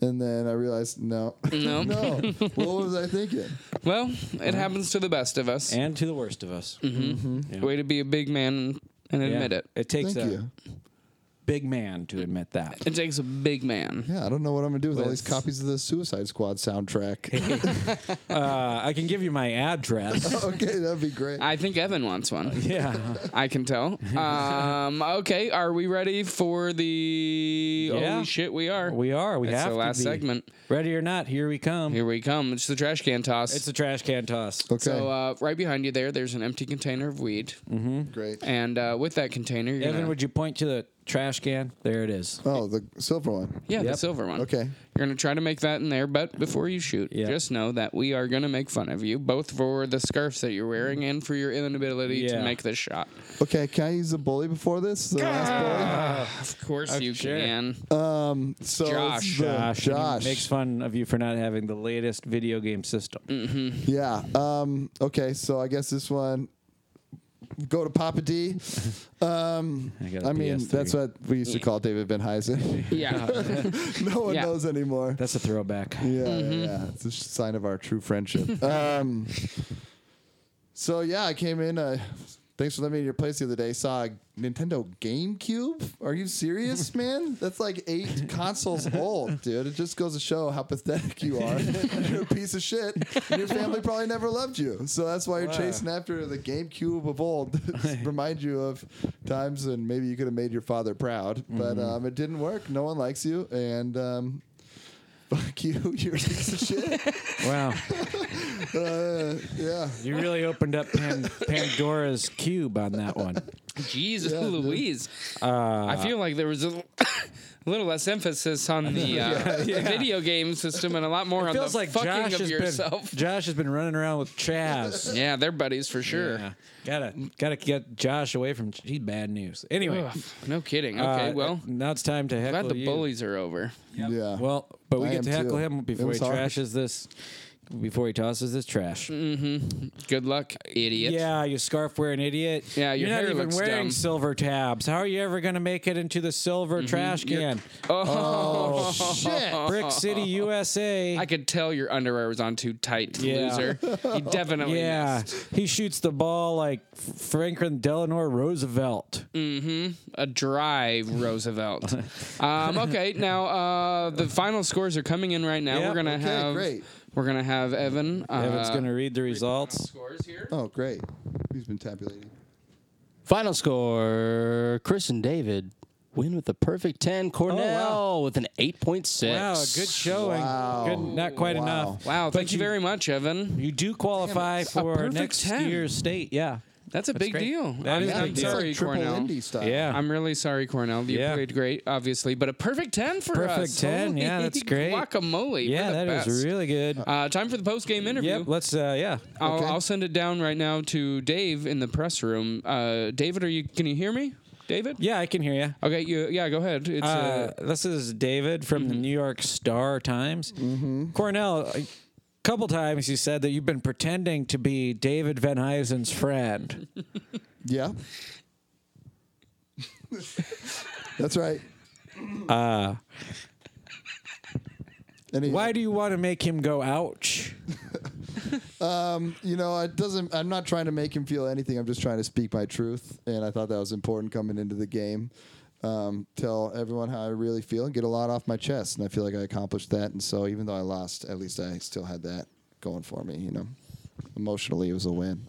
And then I realized, no.
No.
no. What was I thinking?
Well,
Uh-huh.
it happens to the best of us.
and to the worst of us.
Way to be a big man and
Yeah.
Mm-hmm. admit it.
It takes
Thank
a
you.
big man to admit that.
It takes a big man.
Yeah, I don't know what I'm going to do with all these
With-
copies of the Suicide Squad soundtrack.
Uh, I can give you my address.
okay, that'd be great.
I think Evan wants one.
yeah.
I can tell. Um, okay, are we ready for the?
Yeah.
Holy shit, we are.
We are. We
That's
have
the last
to be.
segment.
Ready or not, here we come.
Here we come. It's the trash can toss.
It's a trash can toss.
okay,
so uh, right behind you there, there's an empty container of weed,
great.
and uh, with that container, you're
Evan,
gonna,
would you point to the trash can? There it is.
Oh, the silver one.
yeah, the
Yep.
silver one.
Okay.
You're gonna try to make that in there, but before you shoot,
Yeah.
just know that we are gonna make fun of you, both for the scarves that you're wearing and for your inability to
Yeah.
make this shot.
Okay, can I use the bully before this? The last
Of course you
sure.
can.
bully? Um, so
Josh. uh,
it's the-
Josh, and he
Josh.
makes fun of you for not having the latest video game system.
Mm.
Yeah. Um, okay. So I guess this one. Go to Papa D. Um,
I got a
I, mean,
PS3.
that's what we used to call David Ben Heisen.
Yeah.
no one
Yeah.
knows anymore.
That's a throwback.
Yeah, yeah, yeah. It's a sign of our true friendship. um, so yeah, I came in. Uh, thanks for letting me in your place the other day. Saw a Nintendo GameCube. Are you serious, man? That's like eight consoles old, dude. It just goes to show how pathetic you are. you're a piece of shit. And your family probably never loved you, so that's why you're
Wow.
chasing after the GameCube of old. Just Remind you of times when maybe you could have made your father proud, but um, it didn't work. No one likes you, and. Um, Fuck you, you're a piece of shit.
Wow.
Uh, yeah.
You really opened up Pan- Pandora's cube on that one.
Jesus Louise.
Uh,
I feel like there was a l- little less emphasis on the uh, video game system and a lot more on
Feels
the
like
fucking
Josh
of
has
yourself.
been Josh has been running around with Chaz.
Yeah, they're buddies for sure.
Yeah. Gotta gotta get Josh away from. She's bad news. Anyway,
Ugh, no kidding. Okay,
uh,
well,
now it's time to heckle
glad the uh,
you.
bullies are over.
Yeah.
Well, but we
I
get
am
to heckle
too.
him before
I'm
he
sorry.
trashes this before he tosses his trash.
Mm, Good luck, idiot.
Yeah, you scarf wearing idiot.
Yeah, your
you're not
hair
even
looks
wearing
dumb. Mm-hmm.
silver tabs. How are you ever gonna make it into the silver trash can?
Oh, shit.
Brick City, USA.
I could tell your underwear was on too tight,
Yeah.
loser. You definitely
yeah,
missed.
he shoots the ball like F- Franklin Delano Roosevelt.
a dry Roosevelt. um, okay, now uh, the final scores are coming in right now.
Yeah,
we're gonna
okay,
have
great.
we're gonna have Evan. Uh,
Evan's gonna read the results.
scores here.
Oh, great. He's been tabulating.
Final score Chris and David win with a perfect 10. Cornell with an 8.6.
Oh, Wow, good showing.
Wow.
Good, not quite
Wow.
enough.
Wow,
But
thank you very much, Evan.
You do qualify for
perfect
next
10.
year's state. Yeah.
That's a big
great.
deal.
That
I'm,
is a
I'm
big deal.
sorry,
It's like triple
Cornell.
Indy style.
Yeah.
Uh, I'm really sorry, Cornell. You
Yeah.
played great, obviously, but a perfect ten for
Perfect
us.
10,
Holy
yeah, that's great.
Guacamole.
yeah, that is really good.
Uh, time for the post game interview.
yep. Let's. Uh, yeah.
I'll,
Okay.
I'll send it down right now to Dave in the press room. Uh, David, are you? Can you hear me, David?
Yeah, I can hear you.
Okay. You, yeah. Go ahead. It's
Uh,
uh, Mm-hmm.
this is David from the New York Star Times. Cornell, a couple times you said that you've been pretending to be David Van Huysen's friend.
Yeah. That's right. Uh,
Why do you want to make him go ouch?
you know it doesn't i'm not trying to make him feel anything i'm just trying to speak my truth and i thought that was important coming into the game um, tell everyone how i really feel and get a lot off my chest and i feel like i accomplished that and so even though i lost at least i still had that going for me you know emotionally it was a win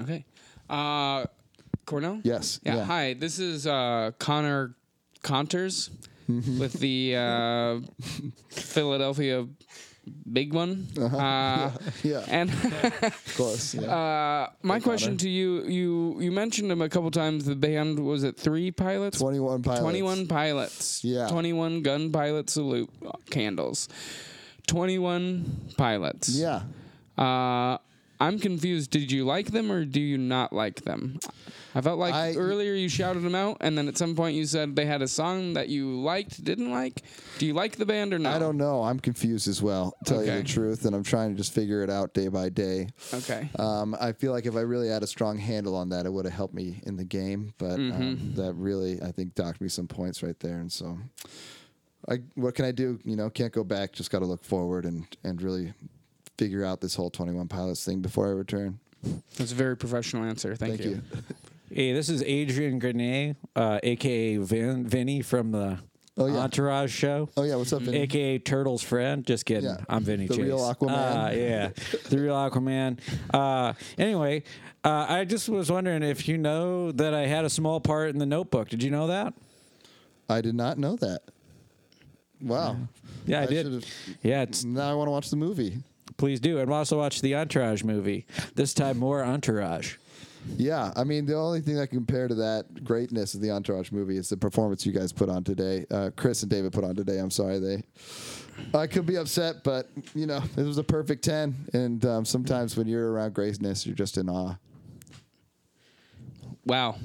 okay. Uh, Cornell.
Yes,
Yeah,
yeah.
Hi. This is uh, Connor Conters
Mm-hmm.
with the uh, Philadelphia big one. Uh-huh.
Yeah.
And.
of course yeah.
Uh, my question to you, you you mentioned him a couple times. The band was it three pilots?
21 pilots
21 pilots.
Yeah.
21 gun pilot salute candles. 21 pilots.
yeah
Uh, I'm confused. Did you like them or do you not like them? I felt like
I-
earlier you shouted them out, and then at some point you said they had a song that you liked, didn't like. Do you like the band or not?
i don't know i'm confused as well tell you
Okay.
the truth and i'm trying to just figure it out day by day
Okay.
Um, I feel like if I really had a strong handle on that, it would have helped me in the game. But um, that really, I think, docked me some points right there. And so, I what can I do? You know, can't go back. Just got to look forward and and really figure out this whole twenty one pilots thing before I return.
That's a very professional answer. Thank,
Thank you.
Hey, this is Adrian Grenet, uh, aka Vin- Vinny from the
Oh, yeah.
Entourage show.
Oh yeah, what's up? Vinny?
AKA Turtle's friend. Just kidding.
Yeah.
I'm Vinny
The
Chase.
real Aquaman.
Uh, yeah, the real Aquaman. Uh, anyway, uh, I just was wondering if you know that I had a small part in the Notebook. Did you know that?
I did not know that. Wow.
Yeah, I,
I
did.
should've-
Yeah, it's,
Now I want to watch the movie.
please do. And also watch the Entourage movie. This time, more Entourage.
Yeah, I mean, the only thing I can compare to that greatness of the Entourage movie is the performance you guys put on today. Uh, Chris and David put on today. I'm sorry they. I could be upset, but you know, it was a perfect ten. And um, sometimes when you're around greatness, you're just in awe.
Wow.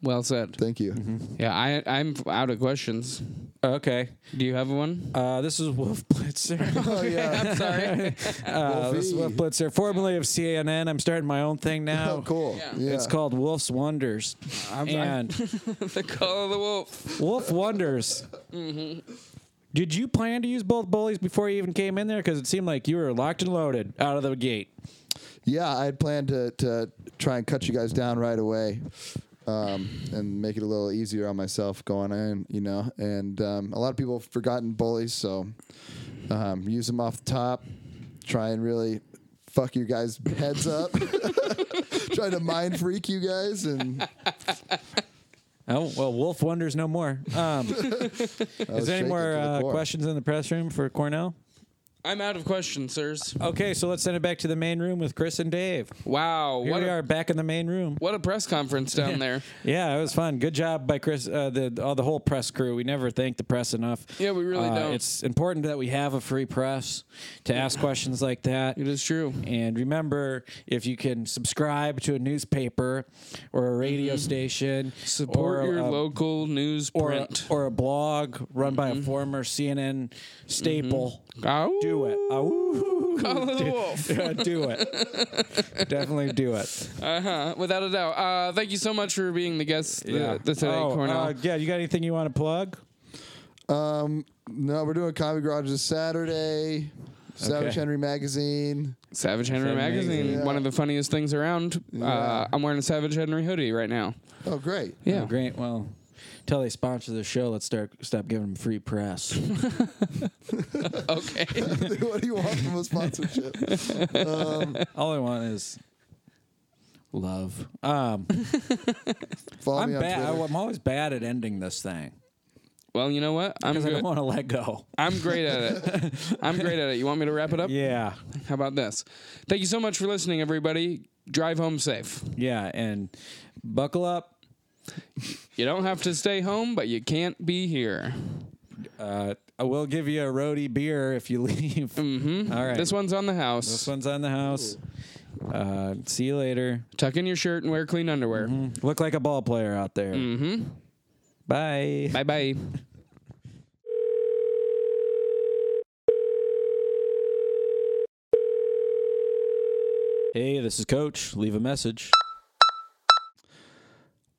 Well said.
Thank you.
Yeah, I, I'm out of questions.
Okay.
Do you have one?
Uh, this is Wolf Blitzer.
Oh yeah,
I'm sorry.
Uh, this is Wolf
Wolfie.
Blitzer, formerly of CNN. I'm starting my own thing now.
Oh, cool.
Yeah.
Yeah.
It's called Wolf's Wonders. and
the call of the wolf.
Wolf Wonders.
Mm-hmm.
Did you plan to use both bullies before you even came in there? Because it seemed like you were locked and loaded out of the gate.
Yeah, I had planned to, to try and cut you guys down right away um, and make it a little easier on myself going in, you know. And um, a lot of people have forgotten bullies, so um, use them off the top. Try and really fuck your guys' heads up. try to mind freak you guys. And
Oh well, Wolf Wonders no more. Um, is
was
there any
shaken
more
to the
uh,
core.
questions in the press room for Cornell?
I'm out of questions, sirs.
Okay, so let's send it back to the main room with Chris and Dave.
Wow.
Here
what
we
a,
are back in the main room.
What a press conference down there.
Yeah, it was fun. Good job by Chris, uh, the all the whole press crew. We never thank the press enough.
Yeah, we really
Uh,
don't.
It's important that we have a free press to ask questions like that.
It is true.
And remember, if you can subscribe to a newspaper or a radio station,
Mm-hmm. Support
or,
your
a-
local news
or a,
print. Mm-hmm.
or a blog run by a former CNN staple,
Ow.
Do it. Ah, woo.
Call of the
Do-
wolf.
yeah, do it. Definitely do it.
Uh-huh, without a doubt. Uh, thank you so much for being the guest th- th- today,
Oh,
Cornell.
uh, yeah, you got anything you want to plug?
Um, no, we're doing Comedy Garage this Saturday. Savage
Okay.
Henry Magazine.
Savage Henry
Savage
magazine,
Magazine.
one of the funniest things around. Uh,
Yeah.
I'm wearing a Savage Henry hoodie right now.
Oh, great.
Yeah.
Oh, great. Well, until they sponsor the show, let's start stop giving them free press.
Okay.
what do you want from a sponsorship?
All I want is love. Um,
Follow
I'm
me on
bad.
Twitter.
I'm always bad at ending this thing
well, you know what? I'm
because I don't
good.
want to let go.
I'm great at it. I'm great at it. You want me to wrap it up?
Yeah,
How about this? Thank you so much for listening, everybody. Drive home safe.
yeah, and buckle up.
You don't have to stay home, but you can't be here.
Uh, I will give you a roadie beer if you leave. Mm-hmm. right.
This one's on the house.
This one's on the house. Uh, see you later.
Tuck in your shirt and wear clean underwear.
Look like a ball player out there. Mm-hmm. Bye.
Mm. Bye bye.
Hey, this is Coach. Leave a message.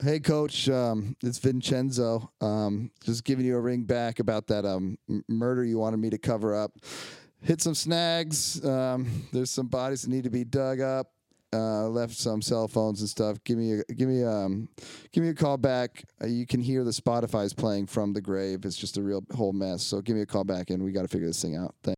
Hey, Coach, um, it's Vincenzo. Um, just giving you a ring back about that um, m- murder you wanted me to cover up. Hit some snags. Um, there's some bodies that need to be dug up. Uh, left some cell phones and stuff. Give me a give me um give me a call back. Uh, you can hear the Spotify's playing from the grave. It's just a real whole mess. So give me a call back and we got to figure this thing out. Thanks.